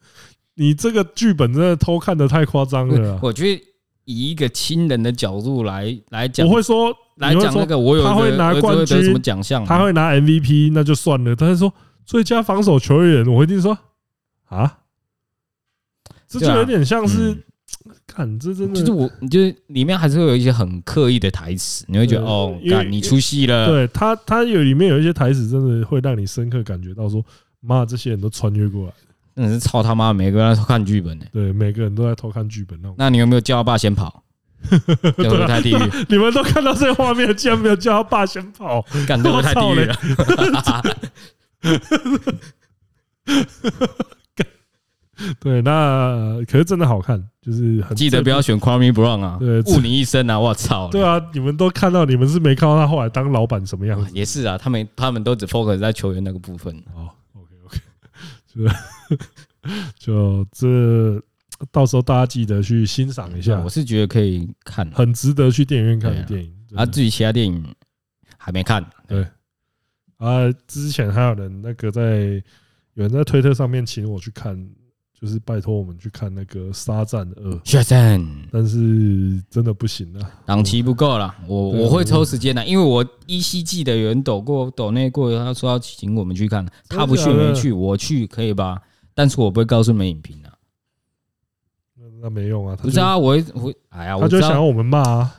Speaker 1: 你这个剧本真的偷看的太夸张了啊。
Speaker 3: 我觉得以一个亲人的角度来来讲，
Speaker 1: 我会说，
Speaker 3: 来
Speaker 1: 你会
Speaker 3: 讲那
Speaker 1: 说
Speaker 3: 个，我有
Speaker 1: 他
Speaker 3: 一个
Speaker 1: 会拿
Speaker 3: 我有一个
Speaker 1: 冠
Speaker 3: 得
Speaker 1: 军
Speaker 3: 什么奖项？啊嗯
Speaker 1: 他会拿 MVP 那就算了，但是说最佳防守球员，我一定说啊，这就
Speaker 3: 对啊
Speaker 1: 有点像是
Speaker 3: 嗯，
Speaker 1: 看这真
Speaker 3: 就是
Speaker 1: 的
Speaker 3: 我，就是里面还是会有一些很刻意的台词，你会觉得
Speaker 1: 对
Speaker 3: 哦，
Speaker 1: 因为
Speaker 3: 干你出戏了，
Speaker 1: 对他，他有里面有一些台词，真的会让你深刻感觉到说，妈，这些人都穿越过来，
Speaker 3: 真的是操他妈，每个人都看剧本呢。
Speaker 1: 对，每个人都在偷看剧本 那种。
Speaker 3: 那你有没有叫他爸先 跑？这会不会太地狱，
Speaker 1: 你们都看到这个画面，竟然没有叫他爸先跑，
Speaker 3: 干这会不会太地狱了。啊
Speaker 1: 对，那可是真的好看，就是很
Speaker 3: 记得不要选 c r a m y Brown 啊
Speaker 1: 对，
Speaker 3: 误你一生啊！我操，
Speaker 1: 对啊，你们都看到，你们是没看到他后来当老板什么样
Speaker 3: 啊
Speaker 1: 子。
Speaker 3: 也是啊，他们他们都只 focus 在球员那个部分。
Speaker 1: 好，OK OK，就就这，到时候大家记得去欣赏一下
Speaker 3: 嗯我，是觉得可以看啊
Speaker 1: 很值得去电影院看的电影。
Speaker 3: 啊，
Speaker 1: 真的
Speaker 3: 至于其他电影还没看，
Speaker 1: 啊，之前还有人那个在有人在推特上面请我去看，就是拜托我们去看那个《沙战二》，
Speaker 3: 学生。
Speaker 1: 但是真的不行啊。
Speaker 3: 档期不够了，我
Speaker 1: 对
Speaker 3: 我会抽时间的，因为我依稀记得有人抖过抖内过，他说要请我们去看，
Speaker 1: 真的
Speaker 3: 他不去
Speaker 1: 假的
Speaker 3: 没去，我去可以吧？但是我不会告诉你们影评啊，
Speaker 1: 那那没用啊，他
Speaker 3: 不知
Speaker 1: 就
Speaker 3: 道啊，我会我会哎呀，
Speaker 1: 他
Speaker 3: 我
Speaker 1: 就
Speaker 3: 知
Speaker 1: 想要
Speaker 3: 道
Speaker 1: 我们骂啊。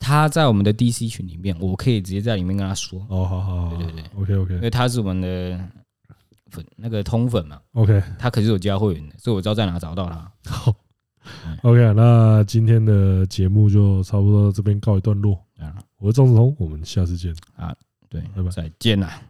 Speaker 3: 他在我们的 DC 群里面，我可以直接在里面跟他说，
Speaker 1: 哦，好好好
Speaker 3: 对对对
Speaker 1: ，OK
Speaker 3: 因
Speaker 1: OK
Speaker 3: 为他是我们的粉那个通粉嘛，
Speaker 1: OK
Speaker 3: 他可是有加会员的，所以我知道在哪找到他。
Speaker 1: 好
Speaker 3: 嗯
Speaker 1: OK，那今天的节目就差不多到这边告一段落。
Speaker 3: 啊，
Speaker 1: 我是张子彤，我们下次见，
Speaker 3: 对
Speaker 1: 拜拜，
Speaker 3: 再见啦。